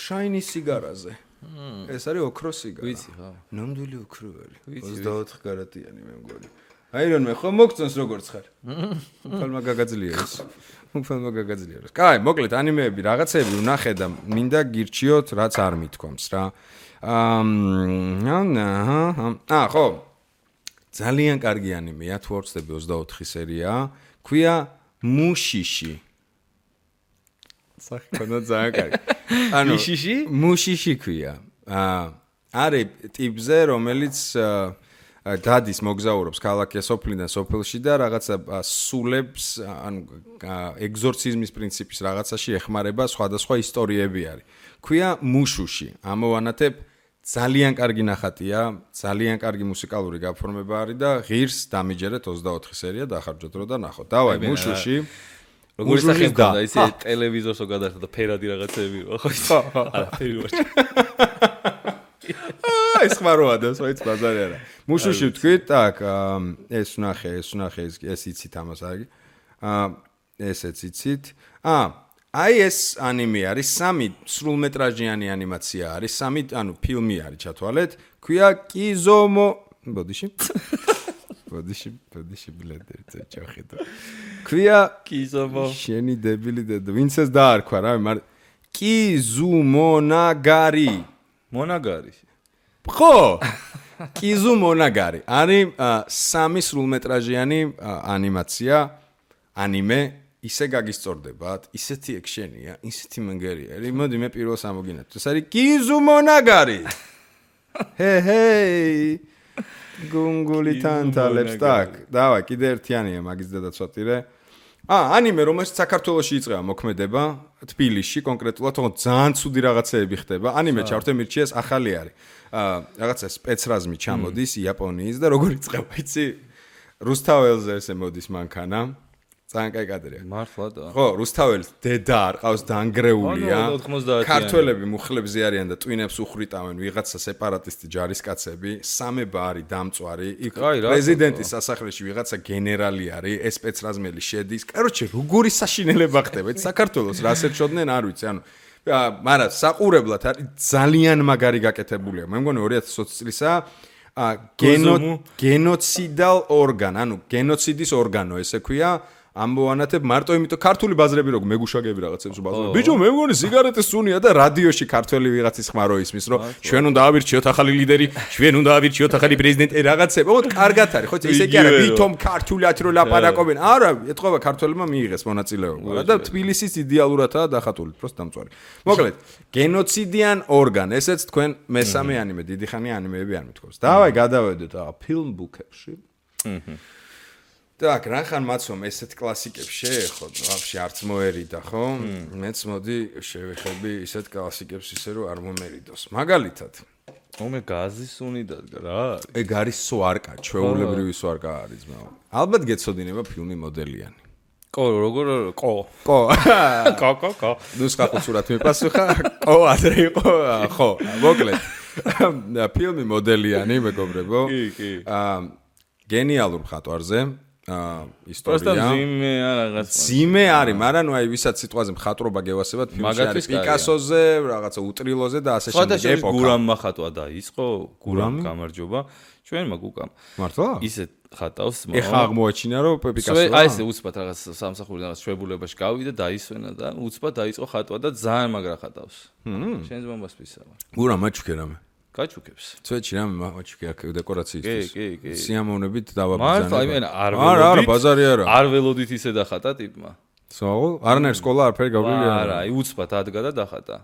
შაინის სიგარაზე ეს არის ოქრო სიგარა
ვიცი, ხო.
ნამდვილი ოქროველი
ვიცი.
24 კარატიანი მე მგონი აირონმე ხო მოგწონს როგორც ხარ უფალმა გაგაძლიეროს უფალმა გაგაძლიეროს კაი მოკლედ ანიმეები რაღაცეები ვნახე და მინდა გირჩიოთ რაც არ მithkoms რა ამ ანა აა ხო ძალიან კარგი ანიმეა თუ არ ვცდები 24 სერია ქვია მუშიში სახე ქონდა ძალიან კარგი [laughs] ანუ
მიშიში?
მუშიში ქვია. აა არის ტიპზე, რომელიც აა, აა, დადის მოგზაურობს ქალაქი სოფლიდან სოფელში და რაღაცა აა, სულებს, ანუ აა, ეგზორციზმის პრინციპის რაღაცაში ეხმარება სხვადასხვა ისტორიები არის. ქვია მუშუში. ამოვანათებ ძალიან კარგი ნახატია, ძალიან კარგი მუსიკალური გაფორმება არის და ღირს დამიჯერეთ 24 სერია დახარჯოთ რო და ნახოთ. დავაი მუშუში.
როგორი
მუშუშის
სახე
და.
მქონდა ისე ტელევიზორსო გადახდა და ფერადი რაღაცები რო ხო ის არაფერი ვარ
აა, ეს ხმაროა და სვაიც ბაზარი არა. მუშუში ვთქვით, так, ამ, ეს ვნახე, ეს ვნახე, ეს ეს იცით ამას არის. აა ესეც იცით. აა აი ეს ანიმე არის სამი სრულმეტრაჟიანი ანიმაცია არის, სამი ანუ ფილმი არის ჩათვალეთ. ქვია კიზომო ბოდიში. ბოდიში ბოდიში ბლენდერი წაჭახე და ქვია
კიზომო
შენი დებილი დედა ვინც ეს დაარქვა რა მარ კიზუმონაგარი
მონაგარი
ხო კიზუმონაგარი არის ა, სამი სრულმეტრაჟიანი ა, ანიმაცია ანიმე ისე გაგისწორდებათ, ისეთი ექშენია, ისეთი მანგერიერი. მოდი მე პირველს ამოგინათ. ეს არის კიზუმონაგარი. ჰეჰეი გუნგული თანთალებს так დავა კიდე ერთიანია მაგის დედა ცოტირე ა ანიმე რომელშიც საქართველოსში იწყება მოქმედება თბილისში კონკრეტულად თუმცა ძალიან ცუდი რაღაცეები ხდება ანიმე ჩავთე მირჩიეს ახალი არის ა რაღაცა სპეცრაზმი ჩამოდის იაპონიის და როგორ იწყება იცი რუსთაველზე ესე მოდის მანქანა ძალიან კაი კადრია
მართლა და
ხო, რუსთაველის დედა არ ყავს დაანგრეულია.
ანუ 90-იანი.
ქართველები მუხლებზე არიან და ტვინებს უხრიტავენ ვიღაცა სეპარატისტი ჯარისკაცები, სამება არის დამწვარი, იქ
აი, რა
პრეზიდენტის სასახლეში ვიღაცა გენერალი არის, ეს სპეცრაზმელი შედის. კაროჩე, როგორი საშინელება ხდება? ეს საქართველოს რასაც შოდნენ არ ვიცი, ანუ ა, მაგრამ საყურებლად არის ძალიან მაგარი gaketებულია. მე მგონი 2020 წლისა ა გენო
გოზომუ.
გენოციდალ ორგან, ანუ გენოციდის ორგანო ესე ქვია. ამბოვანათებ მარტო იმიტომ ქართული ბაზრები როგ მეგუშაგები რაღაცებს ბაზრები. ბიჭო, მე მგონი სიგარეტის სუნია და რადიოში ქართველი ვიღაცის ხმარო ისმის, რომ ჩვენ უნდა ავირჩიოთ ახალი ლიდერი, ჩვენ უნდა ავირჩიოთ ახალი პრეზიდენტი, რაღაცები. ოღონდ კარგად არის, ხო, ისე კი არა,
იგივე, რომ.
ვითომ ქართულად რო ლაპარაკობენ. არა, ეთქობა ქართველებმა მიიღეს მონაწილეობა რა და თბილისის იდეალურადაა დახატული, პროსტ დამწვარი. მოკლედ, გენოციდიან ორგან, ესეც თქვენ მესამე ანიმე, დიდი ხანი ანიმეები არ მithkობს. დავაი გადავედოთ აა ფილმ ბუქებში. так, რახან მაცომ ესეთ კლასიკებს შეეხო, ვაფშე არც მოერიდა, ხო? მეც მოდი შევეხები ისეთ კლასიკებს ისე რომ არ მომერიდოს. მაგალითად,
ომე გაზის უნიდად რა არის?
ეგ არის სوارკა, ჩვეულებრივი სوارკა არის, ძმაო. ალბათ გეცოდინება ფილმი მოდელიანი.
კო როგორ კო
[laughs] კო,
კო კო კო
ნუსხა ხუცურად მიპასუხა. კო, ადრე იყო, ხო, მოკლედ. [laughs] ფილმი მოდელიანი, მეგობრებო.
კი, კი.
აა გენიალურ მხატვარზე, აა ისტორია.
პროსტა მძიმე რა რაღაც
ძიმე არის, მაგრამ ნუ აი ვისაც სიტყვაზე მხატვრობა გევასებათ ფილმში არის
მაგათვის კარგია.
პიკასოზე, რაღაცა უტრილოზე და ასე შემდეგ
სხვადასხვა
ეპოქა.
გურამმა ხატვა დაიწყო, გურამ გამარჯობა, ჩვენმა გუკამ.
მართლა?
ისეთ ხატავს მოა.
ეხა აღმოაჩინა რომ პიკასო.
სვე- აი ესე უცბად რაღაც სამსახური რაღაც შვებულებაში გავიდა, დაისვენა და უცბად დაიწყო ხატვა და ძალიან მაგრა ხატავს. შენს მამას ვისავა.
გურა მაჩუკე რამე.
გაჩუქებს.
წვეთში რამე მაჩუკე აქ დეკორაციისთვის.
კი, კი, კი.
სიამოვნებით დავაბრძანე.
მართლა იმენ არ
ველოდით. არა, არა, ბაზარი არა.
არ ველოდით ისე დახატა ტიპმა.
სულ არანაირ სკოლა არაფერი გავრილი არ
არა, აი უცბად ადგა და დახატა.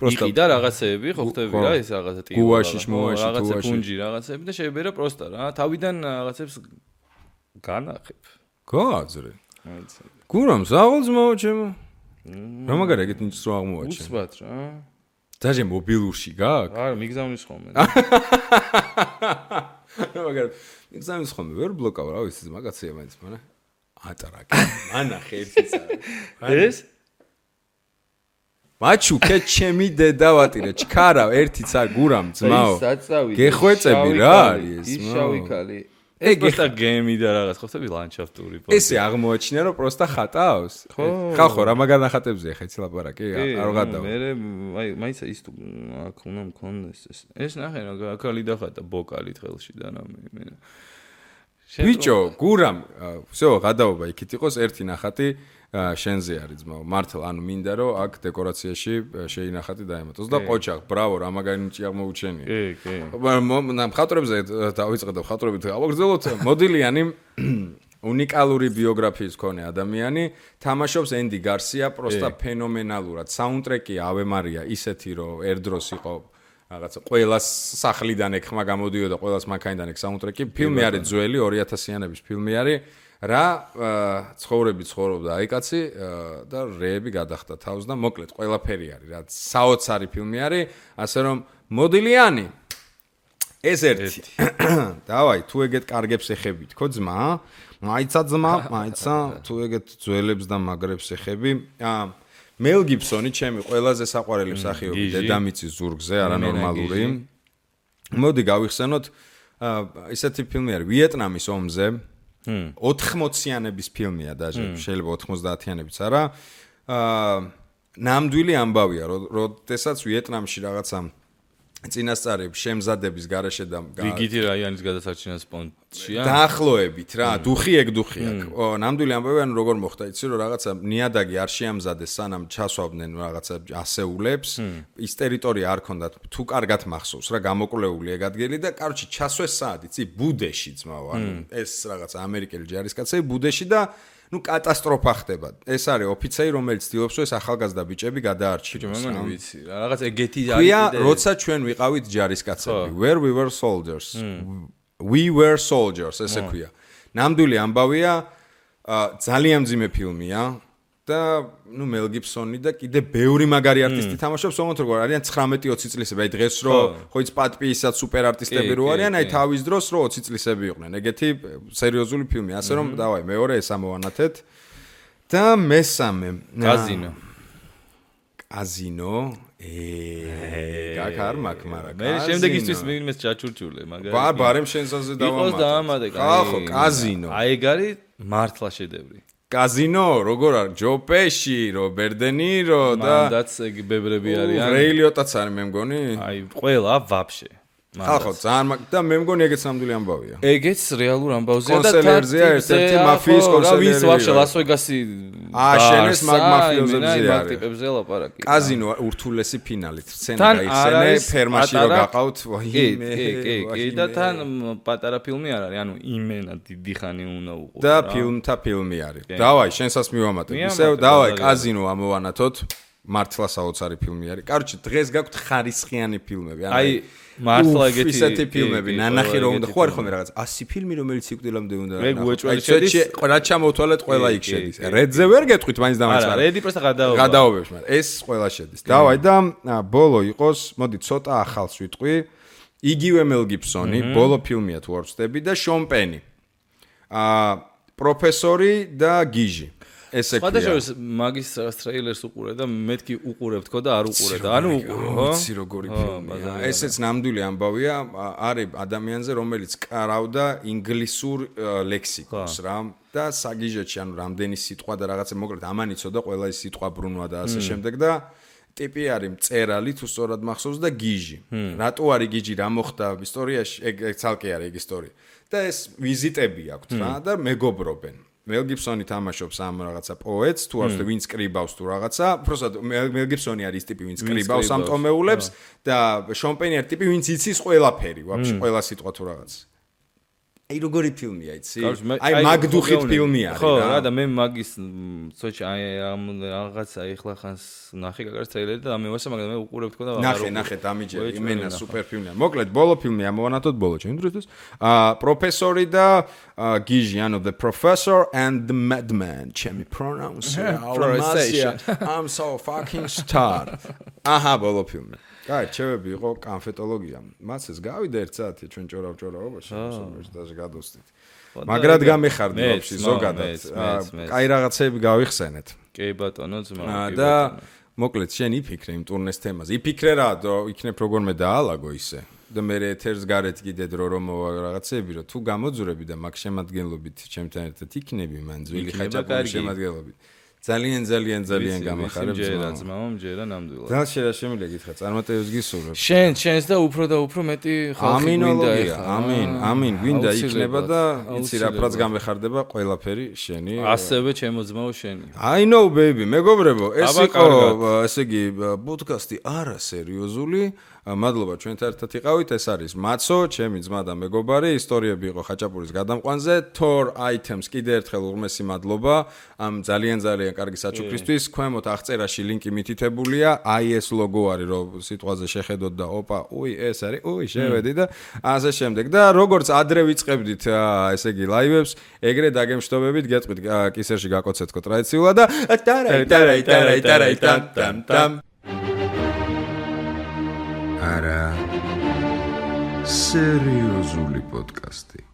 იყიდა რაღაცეები, ხო ხტები რა, ეს რაღაცა ტიო.
გუაში,
რაღაც,
შმოაში,
ხო, რაღაცა
თუაში.
კუნჯი, რაღაცები და შეებერა პროსტა რა. თავიდან რაღაცებს განახებ.
გააძრე.
მაიც.
გურამ ზაულს მოაჩემო. რა მაგარი ეგეთ ნიჭს რო აღმოაჩენ.
უცბად რა.
დაჟე მობილურში გაქვს?
არ მიგზავნის
[laughs]
ხოლმე.
რა მაგარი ეგზამენს ხოლმე ვერ ბლოკავ რა ვიცი მაგაცია მაინც მარა. ატარაკი. მანახე ერთი წარი.
ეს?
მაჩუკე ჩემი დედა ვატირე ჩქარა ერთი წარ გურამ ძმაო.
საწავი.
გეხვეწები რა არის ეს?
ის
ძმაო?
შავიკალი.
ეგ
ეგ ესა გემი და რაღაც ხო ხტები ლანდშაფტური ფოტო.
ესე აღმოაჩინა რომ პროსტა ხატავს. ხა ხო რა მაგარ ნახატებზე ხა იცი ლაპარაკი? არ- არ გადავა.
მე აი მაინც ის თუ აქ უნდა მქონდეს ეს. ეს ნახე რა აქალი დახატა ბოკალით ხელში და რამე. მე- შენ
ბიჭო, გურამ, აა, всё, გადაობა იქით იყოს ერთი ნახატი აა, შენზე არის ძმაო. მართლა, ანუ მინდა რომ აქ დეკორაციაში აა, შეინახატი დაემატოს და ყოჩახ, ბრავო, რა მაგარი ნიჭი აღმოუჩენია.
კი, კი.
მხატვრებზე დავიწყე და მხატვრებით გავაგრძელოთ. მოდილიანი [coughs] უნიკალური ბიოგრაფიის მქონე ადამიანი თამაშობს ენდი გარსია პროსტა ფენომენალურად. საუნდტრეკი ავე მარია ისეთი რომ ერთდროს იყო რაღაცა ყოველას სახლიდან ეკმა გამოდიოდა ყოველას მანქანიდან ეგ საუნდტრეკი. ფილმი არის ძველი 2000-იანების ფილმი არის. რა აა, ცხოვრები ცხოვრობდა აი კაცი აა, და რეები გადახდა თავს და მოკლედ ყველაფერი არის რა საოცარი ფილმი არის ასე რომ მოდილიანი ეს ერთი. [coughs] დავაი, თუ ეგეთ კარგებს ეხები, თქო ძმა, მაიცა
[laughs]
ძმა, მაიცა თუ ეგეთ ძველებს და მაგრებს ეხები. აა მელ გიბსონი ჩემი ყველაზე საყვარელი მსახიობი
გიჟი.
დედამიწის ზურგზე, არანორმალური.
გიჟი.
მოდი გავიხსენოთ აა, ისეთი ფილმი არის ვიეტნამის ომზე. 80-იანების ფილმია დაჟე, შეიძლება 90-იანებიც არა. აა ნამდვილი ამბავია, რომ- როდესაც ვიეტნამში რაღაცა წინასწარებს შემზადების გარეშე და გა-
ვიგიდი რაიანის გადასარჩენას პონტშია.
დაახლოებით რა, დუხი ეგ დუხი აქ. ო, ნამდვილი ამბები ანუ როგორ მოხდა, იცი რომ რაღაცა ნიადაგი არ შეამზადეს სანამ ჩასვავდნენ რაღაცა ასეულებს, ის ტერიტორია არ ქონდათ. თუ კარგად მახსოვს რა, გამოკვლეული ეგ ადგილი და კარჩი ჩასვეს სად, იცი, ბუდეში ძმაო, ანუ ეს რაღაც ამერიკელი ჯარისკაცები ბუდეში და ну катастрофа ხდება. ეს არის ოფიცერი, რომელიც ცდილობს რომ ეს ახალგაზრდა ბიჭები გადაარჩინოს.
მე
რა.
მგონი ვიცი რა. რაღაც ეგეთი არის.
ქვია,
კიდე.
როცა ჩვენ ვიყავით ჯარისკაცები, where we were soldiers. We were soldiers, ესე ქვია. ნამდვილი ამბავია, აა, ძალიან მძიმე ფილმია და ну მელ გიბსონი და კიდე ბევრი მაგარი არტისტი თამაშობს, რომელთ როგორ არიან 19-20 წლისები. აი დღეს რო ხო იც პატპიისად სუპერ არტისტები
კი,
რო
კი,
არიან, აი
კი.
თავის დროს რო 20 წლისები იყვნენ. ეგეთი სერიოზული ფილმი, ასე რომ დავაი, მეორე ეს ამოვანათეთ. და მესამე აა,
კაზინო.
კაზინო ე გაკ არ მაქვს მაგრამ
მე
კაზინო.
შემდეგისთვის მეგრმეს ჩაჩურჩულე, მაგრამ
ბარ ბარემ შენსაზე დავამატე
იყოს დაამატე
ხახო კაზინო
აი ეგ არის მართლა შედევრი.
კაზინო როგორ არის ჯოპეში რობერდენირო და
მანდაც ეგ ბებრები არიან.
რეილიოტაც არის მე მგონი
აი ყველა ვაფშე.
ხახო ძალიან მაქვს და მე მგონი ეგეც ნამდვილი ამბავია
ეგეც რეალურ ამბავზეა და
კონსელერზეა,
თათი
ერთ-ერთი
ზეა,
მაფიის
ხო,
კონსელერი
რა ვის ვაფშე
რა.
ლასვეგასი
ააშენეს მაგ
დაარსა,
მაფიოზებზე
იმენა, იმ
არის.
მაგ ტიპებზე ლაპარაკი
კაზინო ურთულესი ფინალით სცენა
თან არ
გაიხსენე
არის
ფერმაში რო
პატარა-
გაყავთ
კი,
ვაიმე
კი, კი, კი
ვაიმე.
და თან მ, პატარა ფილმი არ არის, ანუ იმენა დიდი ხანი უნდა უყო.
და ფილმთა ფილმი არის.
კი.
დავაი, შენსაც მივამატებ
მივამატებ,
ისევ. დავაი,
ძალიან.
კაზინო ამოვანათოთ. მართლა საოცარი ფილმი არის. კარჩი, დღეს გაქვთ ხარისხიანი ფილმები. ანუ
აი, მართლა
უფ,
ეგეთი-
ისეთი
კი,
ფილმები,
კი,
ნანახი
ყველა
რომ უნდა
ეგეთი
ხო არის
ფილმი.
ხოლმე რაღაც 100 ფილმი რომელიც სიკვდილამდე უნდა
მე
ნახო.
გუეჭველი
აი, სვეტში,
შედის.
რა ჩამოვთვალეთ, ყველა იქ
კი,
შედის.
კი, კი.
რედზე ვერ გეტყვით მაინც დამაჭარ.
არა, რედი პრესტა გადაობა.
გადაობებს, მაგრამ ეს ყველა შედის. დავაი და ა, ბოლო იყოს, მოდი ცოტა ახალს ვიტყვი. იგივე მელ გიბსონი, ბოლო ფილმია თუ არ ვწდები და შომპენი. აა პროფესორი და გიჟი. ესე
სხვადასხვა
ქვია.
ის მაგის რაღაც ტრეილერს უყურე და მეთქი უყურებ თქო და არ უყურე და ანუ უყურე, ხო?
იცი როგორი
ხო,
ფილმია.
ბაზარი.
ესეც ნამდვილი ამბავია, ა- არის ადამიანზე, რომელიც კარავდა ინგლისურ ა, ლექსიკონს რა და საგიჟეთში ანუ რამდენი სიტყვა და რაღაცა მოკლედ ამან იცოდა ყველა ის სიტყვა ბრუნვა და ასე შემდეგ და ტიპი არის მწერალი თუ სწორად მახსოვს და გიჟი. რატო არის გიჟი, რა მოხდა ისტორიაში, ეგ ეგ ცალკე არის ეგ ისტორია. და ეს ვიზიტები აქვს რა და მეგობრობენ. მელ გიბსონი თამაშობს ამ რაღაცა პოეტს, თუ არ ვცდე ვინც კრიბავს თუ რაღაცა, უბრალოდ მელ მელ გიბსონი არის ის ტიპი, ვინც კრიბავს ამ
კრიბავს.
ტომეულებს და შომპენი არის ტიპი, ვინც იცის ყველაფერი, ვაფშე ყველა სიტყვა თუ რაღაც. აი როგორი ფილმია, იცი?
კარგი, მე-
აი მაგდუხით
მგონი.
ფილმი არის
ხო,
რა.
რა და მე მაგის მ, სოჩი აი ამ რაღაცა ეხლა ხანს ნახე გაგარ ტრეილერი და ამევასე, მაგრამ მე უყურებ თქო და აღარ
ნახე,
უყურებ.
ნახე, დამიჯერე,
უეჭველი
იმენა
ნახე.
სუპერ ფილმია. მოკლედ, ბოლო ფილმი ამოვანათოთ ბოლო ჩემთვის. აა პროფესორი და აა, გიჟი, ანუ the professor and the madman, ჩემი pronunciation.
Pronunciation.
I'm so fucking star. აჰა, ბოლო ფილმი. კაი, ჩევები იყო კანფეტოლოგია. მას ეს გავიდა 1 საათი ჩვენ ჭორავ-ჭორავობაში, მოსულებს და გადავსტით.
ხო, და
მაგრად
ეგ-
გამეხარდა
მეც,
ვაფშე
მო, მეც,
ზოგადად.
მეც,
აა,
მეც.
კაი რაღაცები გავიხსენეთ.
კი ბატონო, ძმა.
აა,
კი
და
ბატონო.
მოკლედ შენ იფიქრე იმ ტურნეს თემაზე. იფიქრე რა, დო, იქნებ როგორმე დაალაგო ისე. და მე ეთერს გარეთ კიდე დრო რომ მოვა რაღაცეები რომ თუ გამოძურები და მაგ შემადგენლობით ჩემთან ერთად იქნები მან ძველი
იქნება
ხაჭაპური
კარგი.
შემადგენლობით. ძალიან ძალიან ძალიან
ვიცი,
გამახარებს
ვიცი, მჯერა,
ძმა.
ძმაო, მჯერა ნამდვილად.
ძალიან შეიძლება შემიძლია გითხრა, წარმატებას გისურვებ.
შენ, შენს და უფრო და უფრო მეტი ხალხი გვინდა
ამინოლოგია,
ეხლა.
ამინ, ამინ გვინდა
აუცილებლად,
იქნება და იცი რა ფრაც
აუცილებლად.
გამეხარდება ყველაფერი შენი.
ასევე ჩემო ძმაო შენი.
I know baby, მეგობრებო, ეს
აბა,
იყო
კარგად.
ა, ესე იგი ა, პოდკასტი არასერიოზული. ა, მადლობა ჩვენთან ერთად იყავით. ეს არის მაცო, ჩემი ძმა და მეგობარი. ისტორიები იყო ხაჭაპურის გადამყვანზე. Tor Items კიდე ერთხელ უღმესი მადლობა ამ ძალიან ძალიან კარგი საჩუქრისთვის. ქვემოთ აღწერაში ლინკი მითითებულია. აი ეს ლოგო არის, რომ სიტყვაზე შეხედოთ და ოპა, უი, ეს არის, უი, შევედი და ასე შემდეგ. და როგორც ადრე ვიწყებდით, ა, ესე იგი ლაივებს, ეგრე დაგემშვიდობებით, გეტყვით ა, კისერში გაკოცეთ თქო ტრადიციულად და ტარაი ტარაი ტარაი ტარაი ტამ ტამ ტამ
არა სერიოზული პოდკასტი